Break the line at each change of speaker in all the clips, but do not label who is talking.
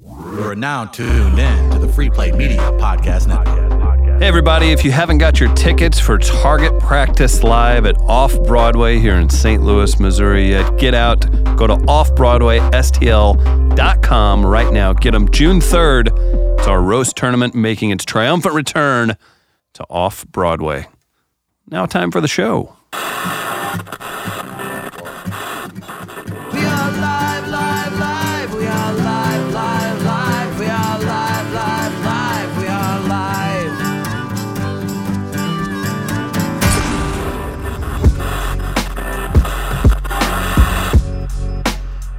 You are now tuned in to the Free Play Media Podcast Network.
Hey, everybody, if you haven't got your tickets for Target Practice Live at Off Broadway here in St. Louis, Missouri yet, get out. Go to offbroadwaystl.com right now. Get them June 3rd. It's our roast tournament making its triumphant return to Off Broadway. Now, time for the show.
We are live, live, live. We are live, live, live. We are live, live, live. We are live.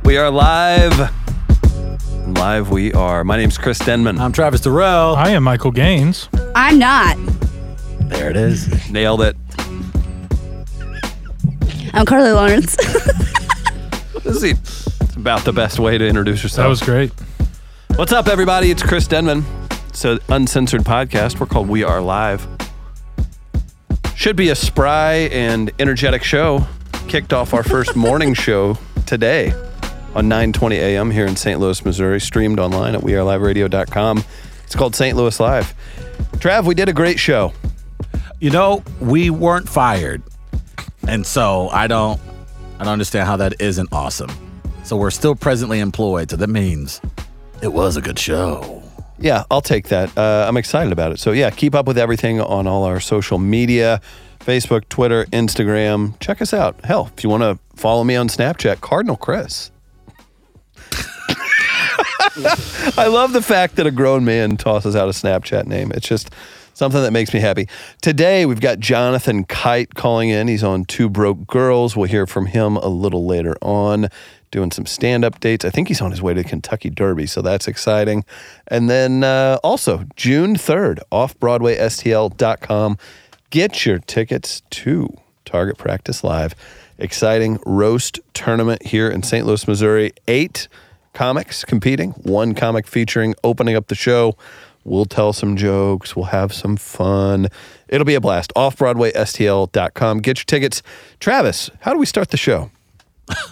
We are live. Live we are. My name's Chris Denman.
I'm Travis Durrell.
I am Michael Gaines.
I'm not.
There it is.
Nailed it.
I'm Carly Lawrence.
This is it's about the best way to introduce yourself.
That was great.
What's up, everybody? It's Chris Denman. It's an uncensored podcast. We're called We Are Live. Should be a spry and energetic show. Kicked off our first morning show today on 9:20 a.m. here in St. Louis, Missouri. Streamed online at weareliveradio.com. It's called St. Louis Live. Trav, we did a great show.
You know, we weren't fired. And so I don't I don't understand how that isn't awesome. So we're still presently employed, so that means it was a good show.
Yeah, I'll take that. Uh, I'm excited about it. So, yeah, keep up with everything on all our social media Facebook, Twitter, Instagram. Check us out. Hell, if you want to follow me on Snapchat, Cardinal Chris. I love the fact that a grown man tosses out a Snapchat name. It's just something that makes me happy. Today, we've got Jonathan Kite calling in. He's on Two Broke Girls. We'll hear from him a little later on, doing some stand up dates. I think he's on his way to the Kentucky Derby, so that's exciting. And then uh, also, June 3rd, offbroadwaystl.com. Get your tickets to Target Practice Live. Exciting roast tournament here in St. Louis, Missouri. Eight comics competing, one comic featuring, opening up the show. We'll tell some jokes. We'll have some fun. It'll be a blast. Offbroadwaystl.com. Get your tickets. Travis, how do we start the show?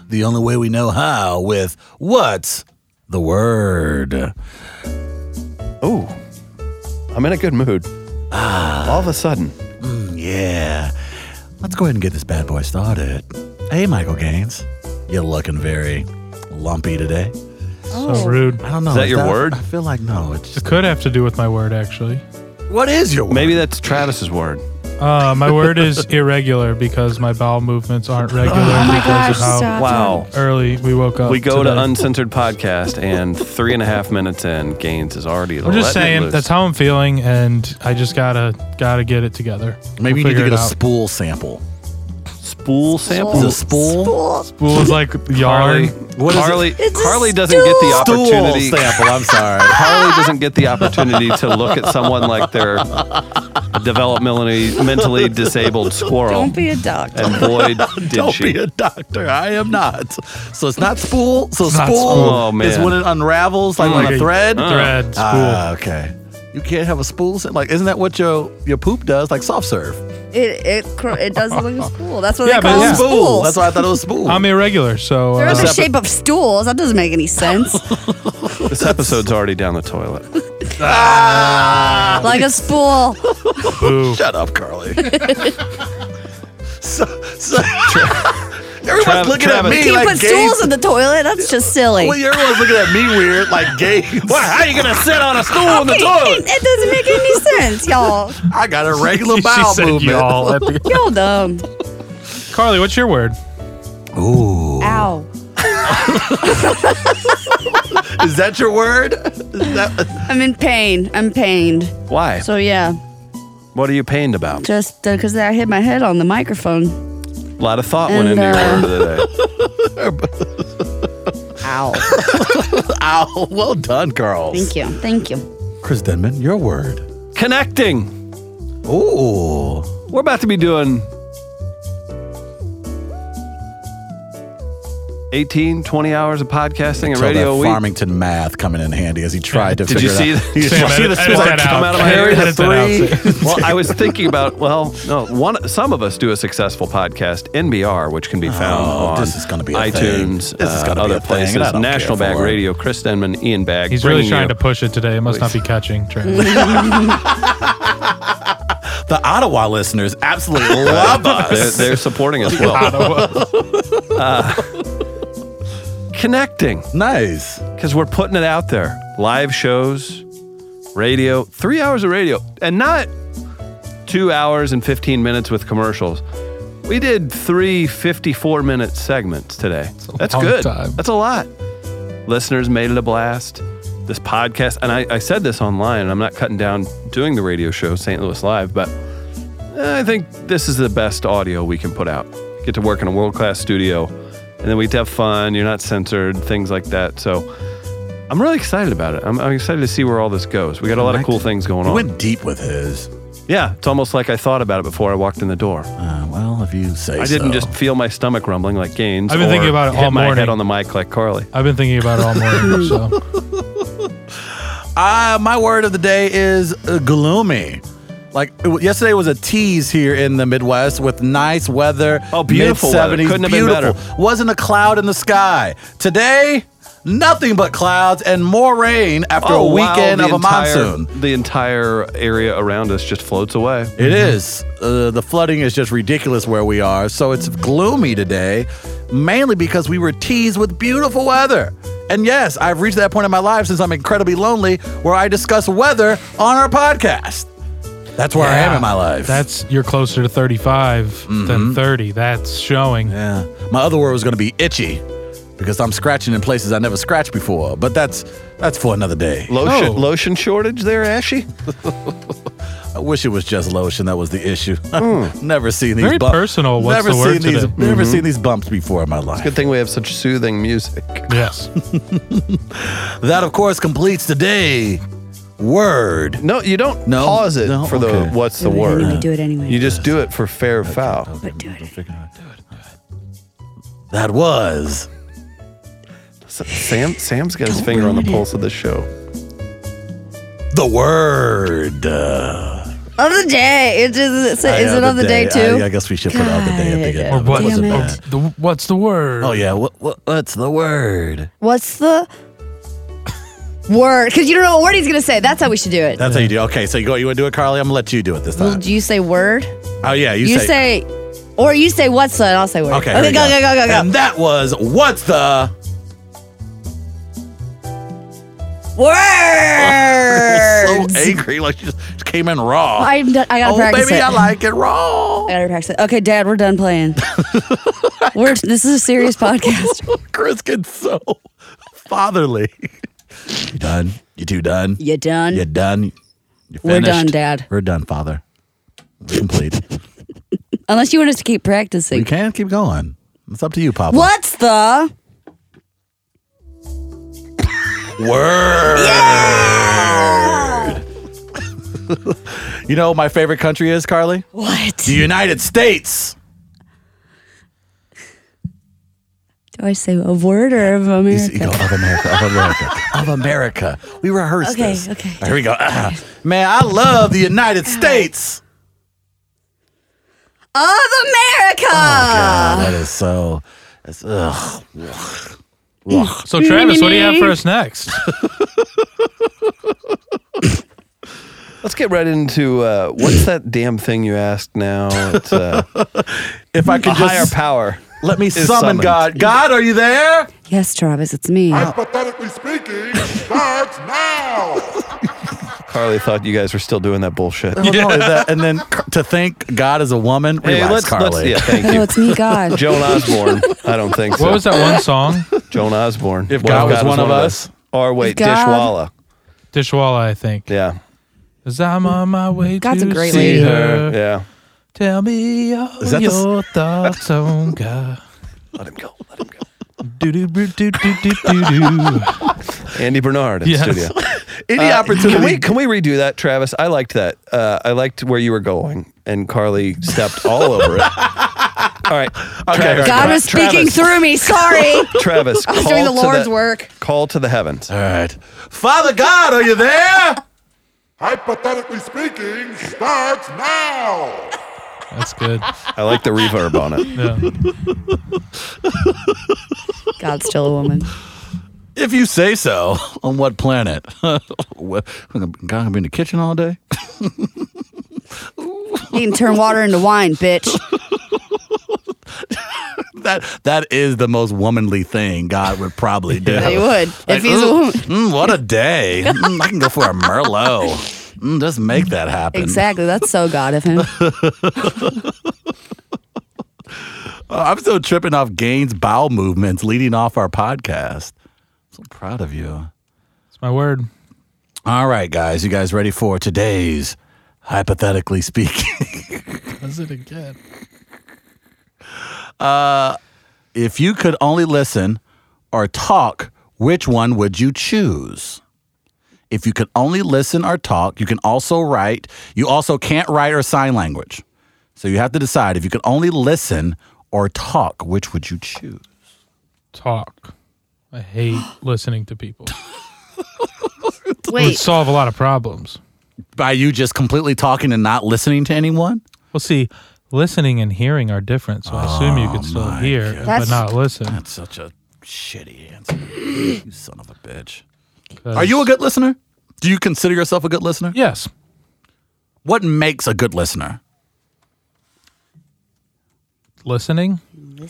The only way we know how with what's the word?
Oh, I'm in a good mood. All of a sudden,
Yeah. Let's go ahead and get this bad boy started. Hey Michael Gaines. You're looking very lumpy today.
So rude.
I don't know.
Is that your word?
I feel like no, it's
It
just
could have to do with my word, actually.
What is your word?
maybe that's Travis's word.
Uh, my word is irregular because my bowel movements aren't regular
oh my
because
gosh,
of how
stop.
Wow.
early we woke up.
We go to
today.
Uncensored Podcast, and three and a half minutes in, Gaines is already.
I'm just
letting it
saying
loose.
that's how I'm feeling, and I just gotta gotta get it together.
Maybe
We'll
you need to
figure
get a
it out.
spool sample.
spool sample.
Is it spool?
Spool is like
Carly,
yarn.
What is
Carly,
It's a
Carly doesn't get the
Stool
opportunity.
sample. I'm sorry.
Carly doesn't get the opportunity to look at someone like they're a developmentally mentally disabled squirrel.
Don't be a doctor.
and boy, did
Don't
she.
be a doctor. I am not. So it's not spool. So
not
spool, Mm.
spool.
Oh,
is
man.
when it unravels like on
Like
a
a-
thread.
Thread spool.
Ah, okay. You can't have a spool. sa- Like, isn't that what your your poop does? Like soft serve.
it it cr- it doesn't look as cool. That's what
Yeah,
they
but
call
yeah.
them spools.
That's why I thought it was spool.
I'm irregular, so
They're in
uh,
the shape of stools. That doesn't make any sense.
This episode's already down the toilet.
like a spool.
boo.
Ah! Shut up, Carly. so, so everyone's
Trav-
looking
Travis.
at me
Can you
like
put
Gaines-
stools in the toilet? That's just silly.
Well, everyone's looking at me weird, like gay.
how are you gonna sit on a stool in the
It, it doesn't make any sense, y'all.
I got a regular
She
bowel
said
movement.
y'all at the-
Y'all dumb.
Carly, what's your word?
Ooh.
Ow.
Is that your word? Is that-
I'm in pain. I'm pained.
Why?
So yeah,
What are you pained about?
just because I hit my head on the microphone.
A lot of thought went
And,
into
uh,
your word today.
Ow.
Ow. Well done, Carl.
Thank you. Thank you.
Chris Denman, your word.
Connecting.
Ooh.
We're about to be doing 18, 20 hours of podcasting and
So
radio a
that
week.
Farmington math coming in handy as he tried to
Did you
figure it
see
out.
that?
He just
Sam,
tried-
edit- edit
like,
that
come out of my
Edit
hair.
that out.
well, I was thinking about well, no, one some of us do a successful podcast, NBR, which can be found
Oh,
on
this is gonna be a
iTunes,
thing. This is
uh,
gonna be
other
a thing,
places,
and I don't
National
care
Bag
for it.
Radio, Chris Denman, Ian Bag.
He's really
bringing
trying
you-
to push it today. It must not be catching. Trent.
The Ottawa listeners absolutely love
They're,
us.
they're supporting us well. Connecting
nice.
because we're putting it out there. Live shows, radio, three hours of radio, and not two hours and 15 minutes with commercials. We did three 54 minute segments today. That's
long
good.
time.
That's a lot. Listeners made it a blast. This podcast, and I, I said this online, and I'm not cutting down doing the radio show, St. Louis Live, but I think this is the best audio we can put out. Get to work in a world class studio, and then we get to have fun. You're not censored, things like that. So I'm really excited about it. I'm, I'm excited to see where all this goes. We got a lot of cool things going
He
on.
went deep with his.
Yeah, it's almost like I thought about it before I walked in the door.
Uh, well, if you say
I didn't
so.
just feel my stomach rumbling like Gaines.
I've been
or
thinking about it
hit
all
my head
morning.
on the mic like Carly.
I've been thinking about it all morning. So
Uh, my word of the day is uh, gloomy. Like it, w- yesterday was a tease here in the Midwest with nice weather.
Oh, beautiful weather.
Seventies,
Couldn't have been
beautiful. Wasn't a cloud in the sky today. Nothing but clouds and more rain after a
Oh, wow,
weekend
the
of a
entire-
monsoon.
The entire area around us just floats away.
It
Mm-hmm.
is. Uh, the flooding is just ridiculous where we are. So it's gloomy today, mainly because we were teased with beautiful weather. And yes, I've reached that point in my life since I'm incredibly lonely where I discuss weather on our podcast. That's where I am in my life.
That's you're closer to 35 than 30. That's showing.
yeah. My other word was going to be itchy because I'm scratching in places I never scratched before. But that's that's for another day.
Lotion,
Oh.
lotion shortage there, Ashy.
I wish it was just lotion that was the issue. never seen these
Hmm. Very
bumps.
personal. What's
never
the word
seen these.
today? Mm-hmm.
Never seen these bumps before in my life.
Good thing we have such soothing music.
Yes.
That, of course, completes today. Word.
No, you don't
No?
pause it
No?
for
Okay.
the what's the
No, no, no,
word.
no, do it anyway.
You just do it for fair or foul.
But do it.
That was
S- Sam, Sam's got his finger on the pulse of the show.
the word. Uh,
Of the day. It is, is, it- is it
yeah,
on the day,
I, I
too?
guess we should put on the day at the
God.
beginning.
or
That
what?
wasn't
Damn
or
bad.
the, what's the word?
Oh yeah. What, what, what's the word?
What's the word? Because you don't know what word he's going to say. That's how we should do it.
That's how you do. Okay, so you go. You want to do it, Carly? I'm gonna let you do it this
Well,
time.
do you say word?
oh yeah. You,
You, say, or you say what's the, and I'll say word.
Okay. here
okay
we
go, go, go, go, go.
And that was what's the
Words.
so angry like she just just came in raw.
I'm done. I gotta
oh
practice
baby,
it.
I like it raw.
I gotta practice it. Okay, Dad, we're done playing. we're this is a serious podcast.
Chris gets so fatherly. you done? You two done?
You done?
You done? You
We're
finished?
done, Dad.
We're done, Father. We're complete.
Unless you want us to keep
you
practicing.
can keep going. It's up to you, Papa.
What's the
Word. you know what my favorite country is, Carly?
what?
The United States.
Do I say a word or of America?
You go, of America, of America, of America. We rehearsed
Okay,
this.
okay.
Here we go. Ah, man, I love the United States.
Of America.
Oh,
Ah.
God, that is so. That's, ugh. Ugh.
So Travis, what do you have for us next?
Let's get right into uh, what's that damn thing you asked now? It's uh,
If I could
Uh-huh.
a higher
just
power.
let me
is
summon
summoned.
God. God, are you there?
yes, Travis, it's me.
Hypothetically speaking, starts now.
Carly thought you guys were still doing that bullshit.
Well, not only that, and then c- to think God is a woman.
Hey,
Relax,
let's,
Carly.
let's, yeah, thank
oh,
you.
it's me, God.
Joan Osborne. I don't think so.
What was that one song?
Joan Osborne.
If
What
God was one of us.
Or wait,
If God-
Dishwalla.
Dishwalla, I think.
Yeah.
Cause I'm on my way
God's
to
a great
see
lady.
her.
Yeah.
Tell me all
that the s-
your thoughts on God.
Let him go. Let him go.
Do do do do do do do.
Andy Bernard in
Yes.
studio.
Any
Uh,
opportunity?
Can we can we redo that, Travis? I liked that. Uh, I liked where you were going, and Carly stepped all over it. All right.
all right.
God
Travis.
was speaking through me. Sorry.
Travis,
I was
call
doing the
to
Lord's work.
Call to the heavens.
All right. Father God, are you there?
Hypothetically speaking, starts now.
That's good.
I like the reverb on it.
Yeah.
God's still a woman.
If you say so. On what planet? What- God, I'm gonna be in the kitchen all day?
You can turn water into wine, bitch.
That That is the most womanly thing God would probably do.
He would.
Like,
if he's a
"Ooh,
woman.
mm, what a day. Mm, I can go for a Merlot. Mm, just make that happen.
Exactly. That's so God of him.
Uh, I'm still tripping off Gaines' bowel movements leading off our podcast. I'm so proud of you.
It's my word.
All right, guys, you guys ready for today's hypothetically speaking?
Does it again?
Uh, if you could only listen or talk, which one would you choose? If you could only listen or talk, you can also write. You also can't write or sign language. So you have to decide if you could only listen or talk, which would you choose?
Talk. I hate listening to people. Would
Wait.
solve a lot of problems.
By you just completely talking and not listening to anyone?
Well, see, listening and hearing are different, so I assume you could still
Oh my
hear
God.
but
That's-
not listen.
That's such a shitty answer. you son of a bitch. Are you a good listener? Do you consider yourself a good listener?
Yes.
What makes a good listener?
Listening?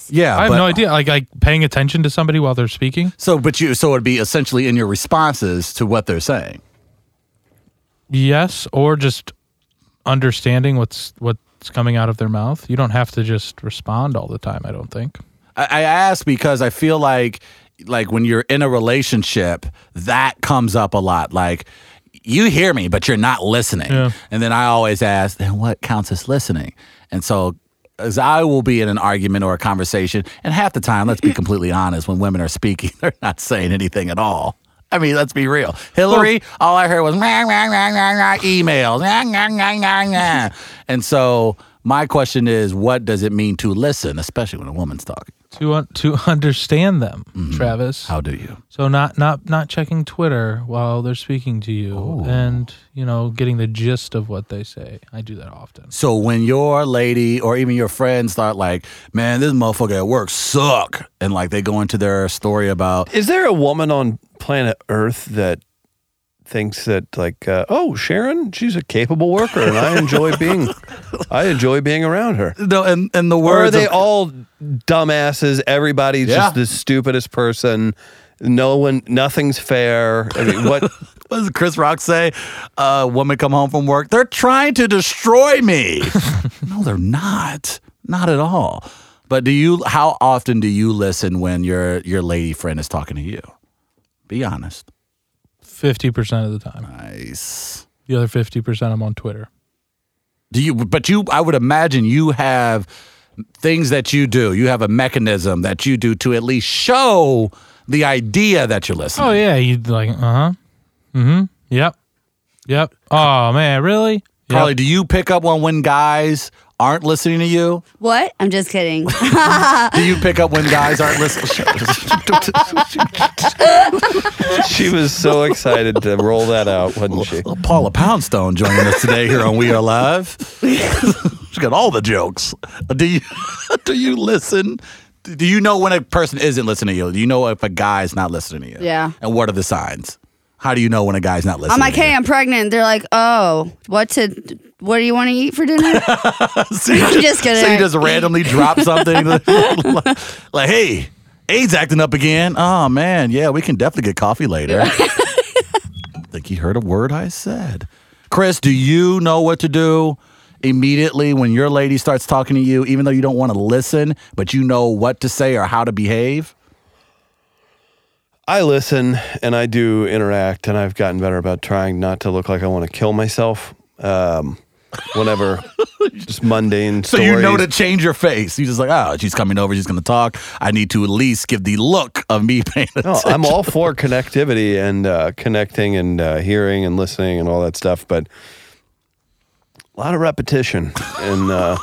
Yeah,
I have
but-
no idea. Like like paying attention to somebody while they're speaking?
So, but you, so it'd be essentially in your responses to what they're saying.
Yes, or just understanding what's what's coming out of their mouth. You don't have to just respond all the time, I don't think.
I, I ask because I feel like, like when you're in a relationship, that comes up a lot. Like, you hear me, but you're not listening.
Yeah.
And then I always ask, then what counts as listening? And so, as I will be in an argument or a conversation, and half the time, let's be completely honest, when women are speaking, they're not saying anything at all. I mean, let's be real. Hillary, all I heard was rah, rah, rah, rah, rah, emails. Rah, rah, rah, rah, rah. And so, my question is, what does it mean to listen, especially when a woman's talking?
To un- to understand them, Travis.
Mm-hmm. How do you?
So not not not checking Twitter while they're speaking to you,
Oh.
and you know getting the gist of what they say. I do that often.
So when your lady or even your friends start like, man, this motherfucker at work suck, and like they go into their story about,
Is there a woman on planet Earth that thinks that like uh, oh Sharon she's a capable worker and I enjoy being I enjoy being around her.
no, and and the
Or
words
are they
of-
all dumbasses? Everybody's
Yeah.
just the stupidest person. No one, nothing's fair. I mean, what?
What does Chris Rock say? Uh, woman come home from work. They're trying to destroy me. no, they're not. Not at all. But do you? How often do you listen when your your lady friend is talking to you? Be honest.
Fifty percent of the time.
Nice.
The other fifty percent, I'm on Twitter.
Do you? But you. I would imagine you have things that you do. You have a mechanism that you do to at least show the idea that you're listening.
Oh yeah, you like uh huh, mm hmm, yep, yep. Oh man, really?
Carly,
Yep.
do you pick up on when guys aren't listening to you?
What? I'm just kidding.
Do you pick up when guys aren't listening?
she was so excited to roll that out, wasn't she?
Well, Paula Poundstone joining us today here on We Are Live. She's got all the jokes. Do you do you listen? Do you know when a person isn't listening to you? Do you know if a guy's not listening to you?
Yeah.
And what are the signs? How do you know when a guy's not listening?
I'm like,
to
hey, I'm pregnant. They're like, oh, what to? What do you want to eat for dinner?
you? So you
I'm just
So you
kidding.
just randomly drop something like, like, hey, AIDS acting up again. Oh man, yeah, we can definitely get coffee later. I think he heard a word I said. Chris, do you know what to do immediately when your lady starts talking to you, even though you don't want to listen, but you know what to say or how to behave?
I listen and I do interact, and I've gotten better about trying not to look like I want to kill myself. Um, whenever just mundane
So you know to
stories.
change your face. You just like, oh, she's coming over, she's gonna talk. I need to at least give the look of me paying attention.
No, I'm all for connectivity and uh, connecting and uh, hearing and listening and all that stuff, but a lot of repetition and uh,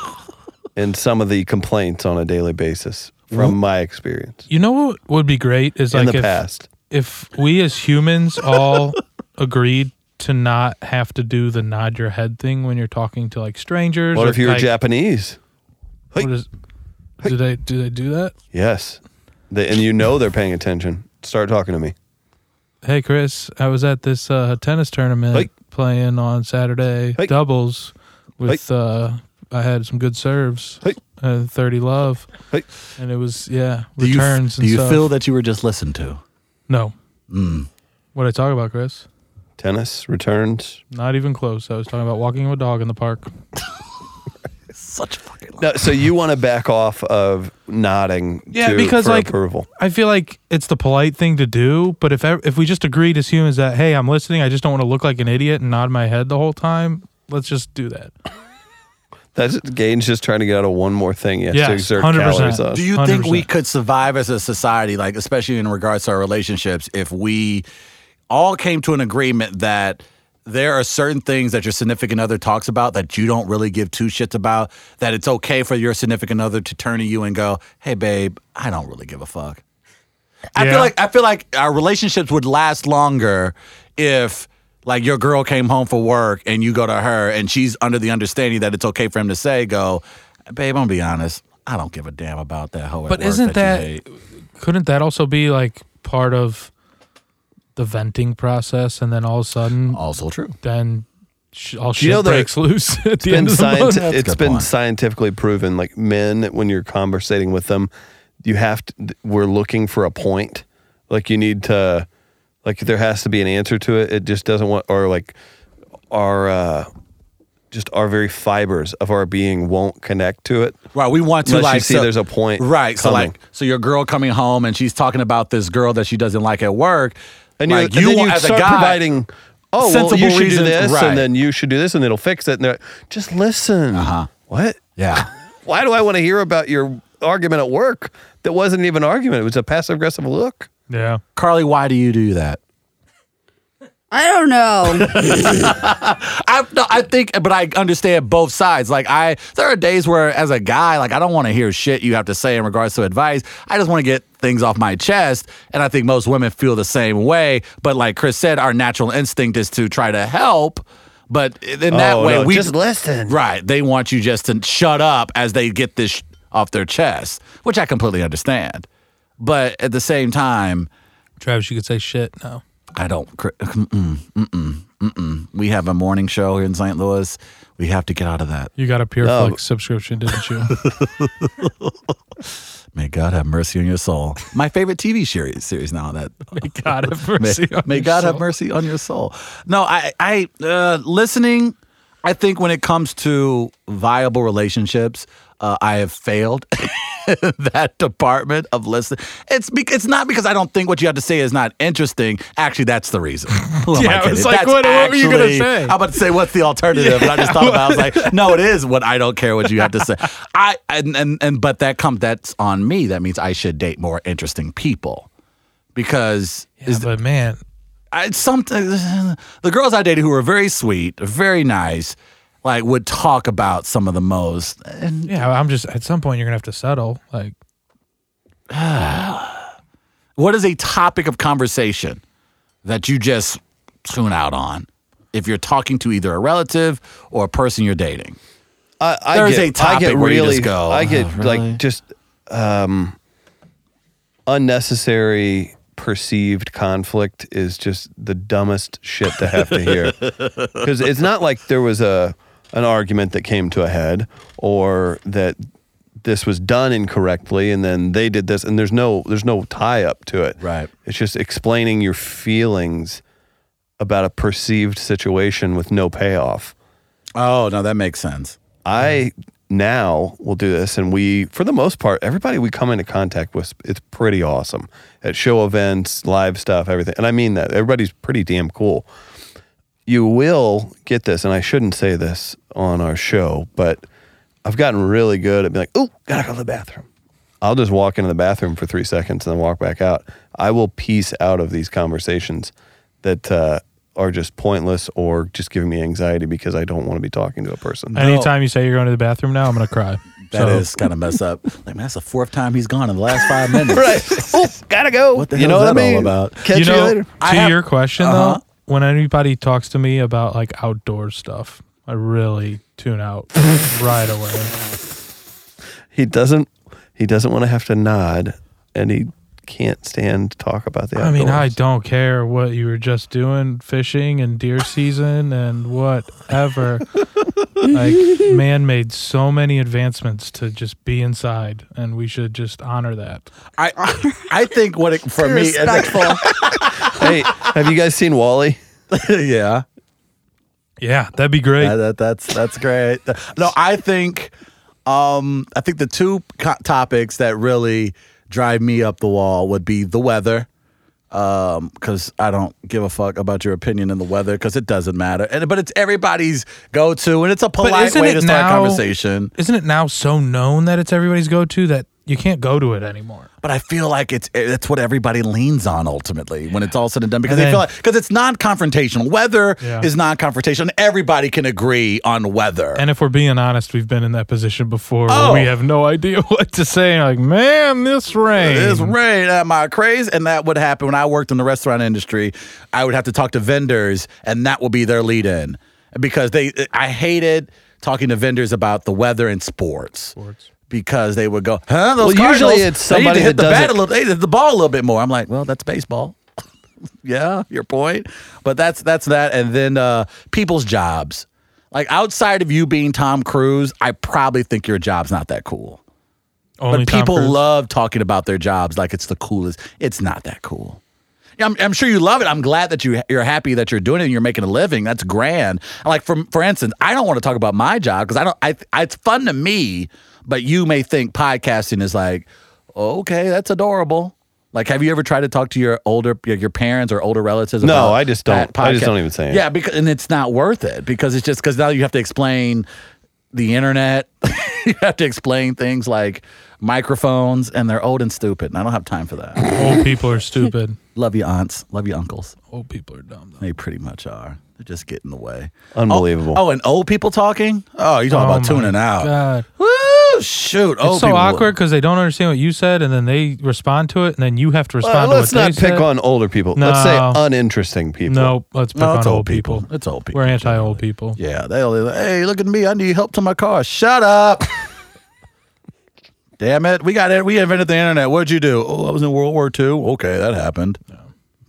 in some of the complaints on a daily basis from my experience
You know what would be great is
in
like
the
if,
past.
if we as humans all agreed to not have to do the nod your head thing when you're talking to like strangers.
What
or,
if you were
like,
Japanese?
what is- Do they do they do that?
Yes. They, and you know they're paying attention. Start talking to me.
Hey Chris, I was at this uh, tennis tournament
Hey.
playing on Saturday
Hey.
doubles with uh, I had some good serves,
Hey.
uh, thirty love,
Hey.
and it was yeah
Do you,
returns.
do
and
you
stuff.
feel that Mm. you were just listened to?
No. What I talk about, Chris?
Tennis returns.
Not even close. I was talking about walking a dog in the park.
Such fucking.
No, so you want to back off of nodding
Yeah,
to-
because
for
like
approval.
I feel like it's the polite thing to do, but if I, if we just agreed as humans that hey, I'm listening, I just don't want to look like an idiot and nod my head the whole time. Let's just do that.
That's Gaines just trying to get out of one more thing. Yes,
Yes,
to exert
100%.
calories on.
Do you think we
100%.
could survive as a society, like especially in regards to our relationships, if we all came to an agreement that there are certain things that your significant other talks about that you don't really give two shits about, that it's okay for your significant other to turn to you and go, "Hey, babe, I don't really give a fuck." I
Yeah.
feel like I feel like our relationships would last longer if like your girl came home for work and you go to her and she's under the understanding that it's okay for him to say, go, babe, I'm gonna be honest. I don't give a damn about that hoe. at
But
work
isn't
that,
that-
you hate."
Couldn't that also be like part of the venting process, and then all of a sudden,
also true?
then sh- all shit
you know that
breaks loose at the end
been
of the month?
scienti-
That's a
it's
good
been
point.
scientifically proven like men when you're conversating with them you have to th- we're looking for a point like you need to like there has to be an answer to it it just doesn't want or like our uh just our very fibers of our being won't connect to it
Right, we want to
Unless you
like
see there's a point
Right, so
coming.
like so your girl coming home and she's talking about this girl that she doesn't like at work,
and
like
you, and then
want-
you start providing oh well
sensible
you should
reasons-
do this
right.
and then you should do this and it'll fix it and they're like, just listen uh-huh. what
yeah.
Why do I want to hear about your argument at work that wasn't even an argument? It was a passive aggressive look.
yeah.
Carly, why do you do that?
I don't know.
I no, I think, but I understand both sides. Like I, there are days where, as a guy, like I don't want to hear shit you have to say in regards to advice. I just want to get things off my chest, and I think most women feel the same way. But like Chris said, our natural instinct is to try to help. But in that
Oh,
way,
no,
we
just listen.
Right? They want you just to shut up as they get this sh- off their chest, which I completely understand. But at the same time,
Travis, you could say shit now.
I don't. cr- Mm-mm, mm-mm, mm-mm. We have a morning show here in St. Louis. We have to get out of that.
You got a
No.
PureFlix subscription, didn't you?
May God have mercy on your soul. My favorite TV series series now that
May God have mercy. on
may
your
God have
soul.
mercy on your soul. No, I I uh, listening. I think when it comes to viable relationships, uh, I have failed in that department of listening. It's bec it's not because I don't think what you have to say is not interesting. Actually, that's the reason. Who am
Yeah, I
kidding?
was like,
That's
what- what were you gonna
actually-
say?
I'm about to say what's the alternative, and I just thought about. It. I was like, no, it is what I don't care what you have to say. I and and, and but that comes that's on me. That means I should date more interesting people because
Yeah, but man,
I, something the girls I dated who were very sweet, very nice, like would talk about some of the most. And
yeah, I'm just at some point you're gonna have to settle. Like,
what is a topic of conversation that you just tune out on if you're talking to either a relative or a person you're dating?
I, I
There's
get,
a
I get
topic where you
really,
just go,
I
"Oh,
get
really?"
like just um, unnecessary perceived conflict is just the dumbest shit to have to hear because it's not like there was a an argument that came to a head or that this was done incorrectly and then they did this and there's no there's no tie up to it
Right.
it's just explaining your feelings about a perceived situation with no payoff
Oh no, that makes sense.
I now will do this, and we, for the most part, everybody we come into contact with, it's pretty awesome at show events, live stuff, everything. And I mean that everybody's pretty damn cool. You will get this, and I shouldn't say this on our show, but I've gotten really good at being like, "Ooh, gotta go to the bathroom." I'll just walk into the bathroom for three seconds and then walk back out. I will piece out of these conversations that uh, are just pointless or just giving me anxiety because I don't want to be talking to a person.
anytime you say you're going to the bathroom now, I'm gonna cry.
That
So-
is kind of messed up. Like, man, that's the fourth time he's gone in the last five minutes.
right. oh, gotta go.
What the
you know
hell is
what
that
I
all
mean?
about?
Catch you,
you know,
later.
to
I have-
your question
Uh-huh.
though, when anybody talks to me about like outdoor stuff, I really tune out right away.
He doesn't. He doesn't want to have to nod, and he can't stand to talk about the.
I mean, I
outdoors.
don't care what you were just doing, fishing and deer season and whatever. like man made so many advancements to just be inside and we should just honor that.
I, I, I think what it, for me,
Respectful.
hey, have you guys seen Wally?
yeah,
Yeah, that'd be great.
that, that- that's that's great. No, I think, um, I think the two co- topics that really drive me up the wall would be the weather, um, because I don't give a fuck about your opinion in the weather because it doesn't matter. And but it's everybody's go to, and it's a polite way to start a conversation.
Isn't it now so known that it's everybody's go to that you can't go to it anymore?
But I feel like it's that's what everybody leans on ultimately when it's all said and done because
And
they feel
then-
like because it's non-confrontational. Weather
Yeah.
is non-confrontational. Everybody can agree on weather.
And if we're being honest, we've been in that position before.
Oh.
Where we have no idea what to say. and Like, man, this rain.
It's rain. Am I crazy? And that would happen when I worked in the restaurant industry. I would have to talk to vendors, and that would be their lead-in because they. I hated talking to vendors about the weather and sports. Because they would go, huh? Those
Well, usually
Cardinals,
it's
they need to
somebody
hit
that
the
does
bat
it-
a little, they hit the ball a little bit more. I'm like, well, that's baseball. yeah, your point. But that's that's that. And then uh, people's jobs. Like outside of you being Tom Cruise, I probably think your job's not that cool.
Only
but
Tom
people
Cruise.
love talking about their jobs like it's the coolest. It's not that cool. Yeah, I'm, I'm sure you love it. I'm glad that you you're happy that you're doing it and you're making a living. That's grand. Like for for instance, I don't want to talk about my job because I don't. I, I it's fun to me, but you may think podcasting is like, okay, that's adorable. Like, have you ever tried to talk to your older your, your parents or older relatives?
No,
about
I just
that
don't. I just
podcast?
don't even say it.
Yeah, because and it's not worth it because it's just because now you have to explain the internet. you have to explain things like microphones, and they're old and stupid, and I don't have time for that.
Old people are stupid.
love you, aunts. Love you, uncles.
Old people are dumb. Though.
They pretty much are. They just get in the way.
Unbelievable.
Oh, and old people talking? Oh, you talking
Oh
about
my
tuning out.
God.
Woo! Shoot. old
It's so
people-
awkward because they don't understand what you said, and then they respond to it, and then you have to
Well,
respond.
oh, let's
to what
not
they
pick
said.
on older people. Let's say
No.
uninteresting people.
No, let's pick
No,
on
it's
old
old people.
people.
It's old people,
We're anti-old people.
Yeah, they'll hey, look at me. I need help to my car. Shut up. Damn it. We got it. We invented the internet. What'd you do? Oh, I was in World War II. Okay, that happened.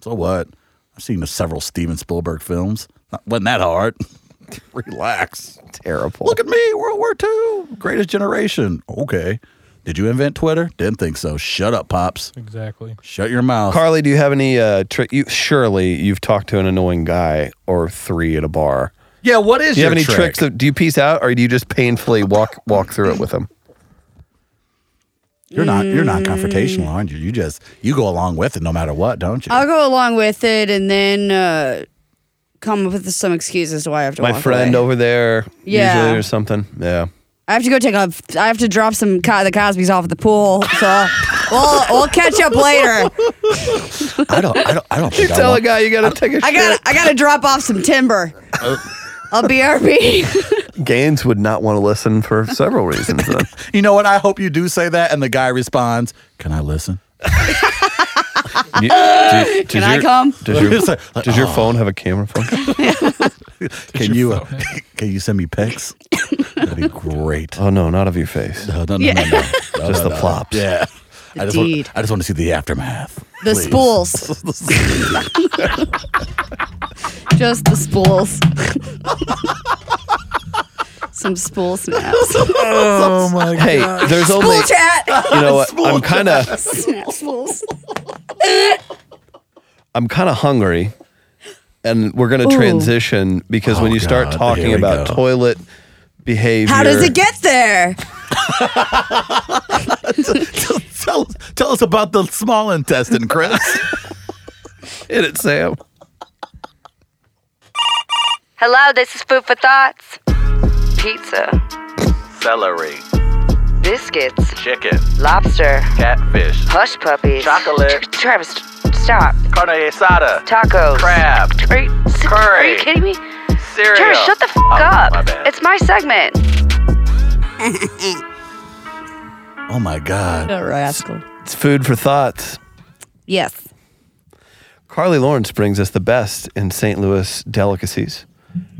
So what? I've seen several Steven Spielberg films. Not- Wasn't that hard? Relax.
Terrible.
Look at me, World War II, greatest generation. Okay. Did you invent Twitter? Didn't think so. Shut up, Pops.
Exactly.
Shut your mouth.
Carly, do you have any uh, trick? You surely you've talked to an annoying guy or three at a bar.
yeah, what is
Do you
your
have any
trick?
tricks? Of, do you piece out, or do you just painfully walk walk through it with them?
You're not you're not
Mm.
confrontational, aren't you? You just you go along with it no matter what, don't you?
I'll go along with it and then uh, come up with some excuse as to why I have to.
My
walk
friend
away.
over there,
Yeah.
usually or something. Yeah.
I have to go take a. I have to drop some co- the Cosby's off at the pool, so I'll, we'll we'll catch up later.
I don't I don't I don't
You
think I
tell a
want-
guy you got to take a
I got I got to drop off some timber. I'll BRB.
Gaines would not want to listen for several reasons. though.
You know what? I hope you do say that and the guy responds, Can I listen?
You- do you- does
Can I come?
Does your,
It's like- "Oh,
does your phone have a camera function?
Can you uh, can you send me pics? That'd be great. Uh,
Oh no, not of your face.
No, no, no, no, no. No,
Just
no,
the
no.
flops.
Yeah. I just, want,
deed.
I just want to see the aftermath.
the
please.
spools, just the spools. some spool snaps.
Oh my god.
Hey, there's only
Spool chat.
you know what? I'm kind of
Snap spools.
I'm kind of hungry, and we're gonna transition because when
Oh,
you start
God,
talking
here we
about
go.
toilet behavior,
How does it get there?
tell, tell us about the small intestine, Chris.
Hit it, Sam.
Hello, this is Food for Thoughts. Pizza,
celery,
biscuits,
chicken,
lobster,
catfish,
hush puppies,
Chocolate.
Tr- Travis, stop.
carne asada,
Tacos,
crab,
Are you, s- Are
Curry.
you kidding me?
cereal.
Travis, shut the f
Oh,
up.
My bad.
It's my segment.
Oh my God.
That rascal.
It's food for thought.
Yes.
Carly Lawrence brings us the best in St. Louis delicacies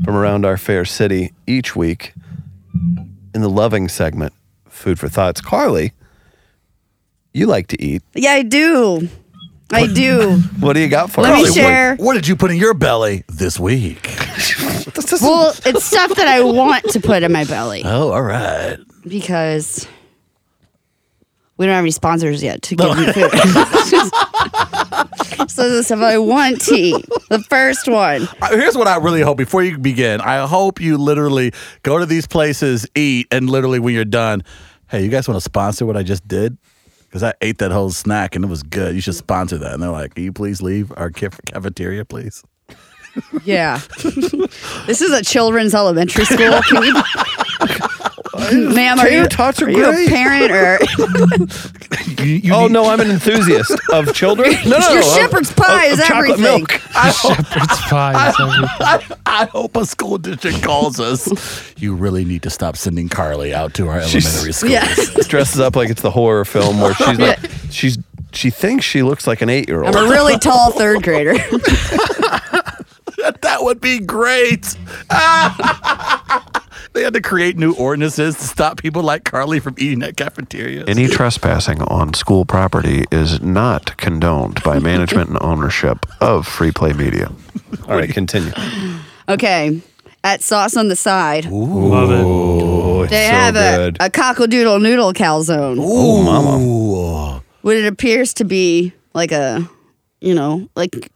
from around our fair city each week in the loving segment, Food for Thoughts. Carly, you like to eat.
Yeah, I do. I do.
What do you got for
Let me
us?
share.
What did you put in your belly this week?
This is-
Well, it's stuff that I want to put in my belly
Oh, all right.
because we don't have any sponsors yet to give me food. so the stuff I want to eat. The first one.
Uh, Here's what I really hope before you begin. I hope you literally go to these places, eat, and literally when you're done, hey, you guys want to sponsor what I just did? Because I ate that whole snack and it was good. You should sponsor that. And they're like, can you please leave our caf- cafeteria, please?
Yeah. this is a children's elementary school. Can you, ma'am, are
Can't
you,
touch a
are you a
grape.
parent or
You- you
Oh
need-
no, I'm an enthusiast of children. No, no,
your
no, of-
shepherd's pie
of
is
chocolate
everything?
milk.
Shepherd's pie. is everything.
I, I hope a school district calls us. you really need to stop sending Carly out to our elementary schools.
Yeah.
Dresses up like it's the horror film where she's like, she's she thinks she looks like an eight year
I'm
old.
a really tall third grader.
That would be great. they had to create new ordinances to stop people like Carly from eating at cafeterias.
Any trespassing on school property is not condoned by management and ownership of Free Play Media.
All right, continue.
Okay. At Sauce on the Side,
Love it.
Oh, it's
they
so
have a,
good.
a cockle-doodle noodle calzone.
oh, mama.
what it appears to be like a, you know, like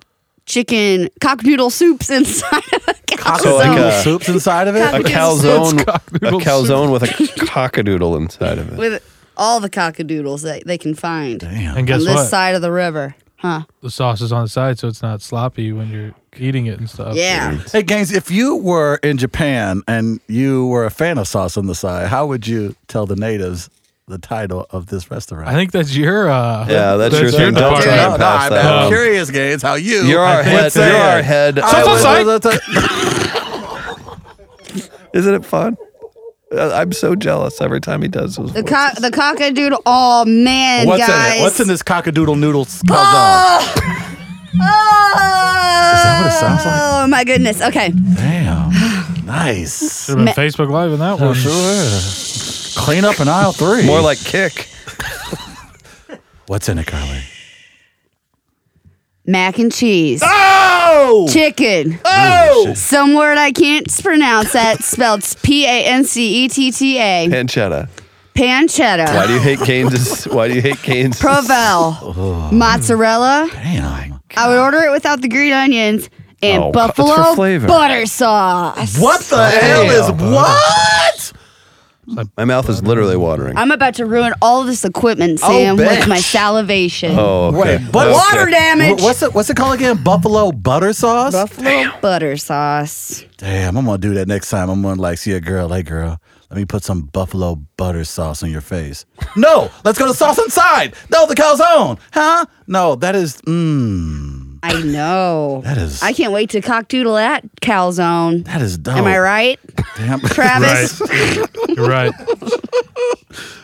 chicken cock noodle soups inside of a calzone.
So like uh, a-
soups inside of it.
A
Cock-
calzone, a
cocknoodle soup.
calzone with a cockadoodle inside of it.
with all the cockadoodles that they can find
And
on
guess
this
what?
side of the river. Huh?
the sauce is on the side, so it's not sloppy when you're eating it and stuff.
Yeah.
Hey, Gaines, if you were in Japan and you were a fan of sauce on the side, how would you tell the natives the title of this restaurant?
I think that's your. Uh,
Yeah, that's your thing. Don't
department.
try
no,
and
no,
pass
I'm,
that.
I'm
Um,
curious, Gaines, how you.
You're our
I think
head.
say
You're
it.
our head.
I
island.
was-
Isn't it fun? Uh, I'm so jealous every time he does those.
The cock the cockadoodle. Oh man,
What's
guys.
in it? What's in this cockadoodle noodle calzone?
Oh! Oh! Is
that what it sounds like?
Oh my goodness. Okay.
Damn, nice.
Should have been Facebook Live in that one.
Clean up in aisle three.
More like kick.
what's in it, Carly?
Mac and cheese.
Oh,
Chicken.
oh,
Some word I can't pronounce that spelled P A N C E T T A.
Pancetta. Why
Pancetta.
do you hate Keynes? Why do you hate Keynes? Oh.
Provel. Mozzarella.
damn.
I would order it without the green onions and
Oh, it's for
buffalo
flavor.
butter sauce.
What the hell is what?
My mouth is literally watering.
I'm about to ruin all this equipment, Sam, with
bitch.
my salivation.
oh, okay.
Wait, but-
Okay.
Water damage.
What's it? What's it called again? Buffalo butter sauce.
Buffalo butter sauce.
Damn, I'm gonna do that next time. I'm gonna like see a girl. Hey, girl, let me put some buffalo butter sauce on your face. no, let's go to sauce inside. No, the calzone, huh? No, that is. Mmm,
I know.
That is-
I can't wait to cockdoodle that calzone.
that is dope.
Am I right,
Damn.
Travis?
You're right.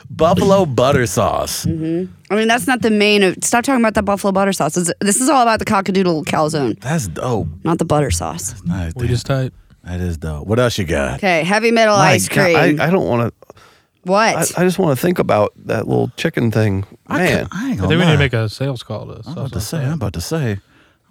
buffalo butter sauce.
I mean, that's not the main. Of, stop talking about that buffalo butter sauce. It's- This is all about the cockadoodle calzone,
That's dope.
not the butter sauce.
Nice,
We
damn.
just type.
that is dope. What else you got?
Okay, heavy metal
My
ice
God,
cream.
I, I don't want to.
what?
I, uh, I just want to think about that little chicken thing. Man,
I, ain't
I
gonna
think we need
lie.
to make a sales call to.
I'm
sauce
about
on
to say.
the
I'm
side.
about to say.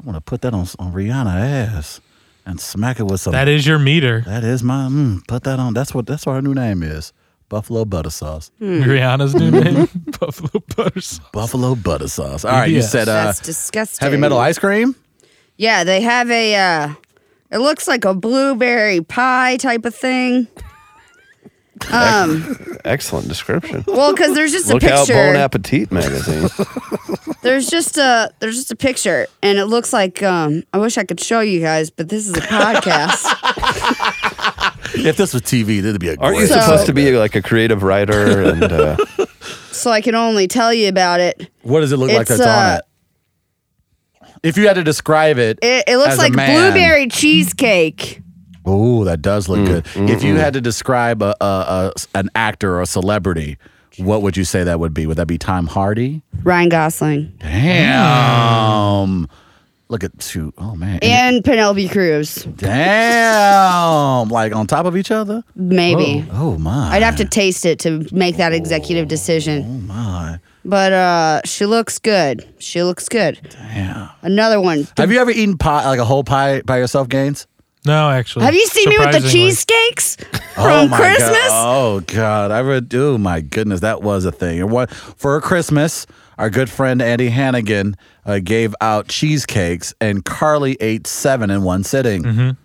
I want to put that on on Rihanna ass and smack it with some.
That is your meter.
That is my mm, put that on. That's what that's what our new name is. Buffalo butter sauce.
Hmm.
Rihanna's new name, Buffalo Butter Sauce.
Buffalo butter sauce. All right, you
Yes.
said uh,
that's disgusting.
heavy metal ice cream.
Yeah, they have a. Uh, it looks like a blueberry pie type of thing. Um.
excellent description.
Well, because there's just a
Look out, Bon
picture.
Appetit magazine.
There's just a. There's just a picture, and it looks like. Um. I wish I could show you guys, but this is a podcast.
If this was TV, that'd be a.
Aren't
great
you
So-
supposed to be like a creative writer? And uh,
so I can only tell you about it.
What does it look like
It's,
that's
uh,
on it? If you had to describe it,
It, it looks
As a
like
man.
blueberry cheesecake.
oh, that does look good. If you had to describe a, a, a an actor or a celebrity, what would you say that would be? Would that be Tom Hardy?
Ryan Gosling
Damn. Look at shoot. Oh man.
and Penelope Cruz,
Damn. Like on top of each other?
maybe.
Oh my.
I'd have to taste it to make that executive
Oh
decision.
my.
But uh, she looks good. She looks good.
Damn.
Another one.
Have you ever eaten pie like a whole pie by yourself, Gaines?
No, actually.
Have you seen me with the
Surprisingly.
cheesecakes
oh
from
my
Christmas?
God. Oh God, I would. Oh my goodness, that was a thing. And What for Christmas? Our good friend Andy Hannigan uh, gave out cheesecakes, and Carly ate seven in one sitting.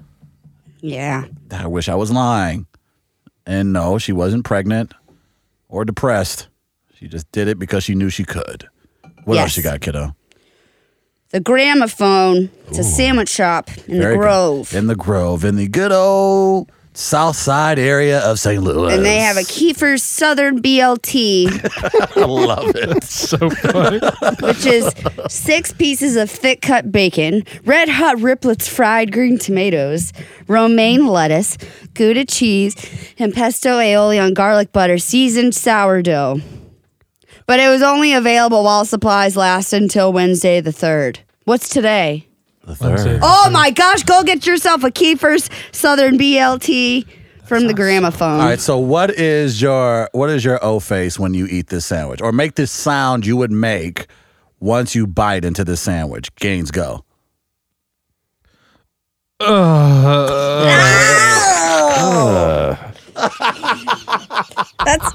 Yeah.
I wish I was lying. And no, she wasn't pregnant or depressed. She just did it because she knew she could. What else
Yes.
she got, kiddo?
The Gramophone. It's a sandwich shop in
Very good.
the Grove.
In the Grove, in the good old South Side area of St. Louis.
And they have a Kiefer Southern BLT,
I love it.
So funny.
which is six pieces of thick cut bacon, red hot riplets fried green tomatoes, romaine lettuce, Gouda cheese, and pesto aioli on garlic butter, seasoned sourdough. But it was only available while supplies last until Wednesday the 3rd. What's today?
The third.
Oh my gosh, go get yourself a Kiefer's Southern BLT from the Gramophone.
All right, so what is your what is your O face when you eat this sandwich? Or make this sound you would make once you bite into this sandwich. Gaines go.
That's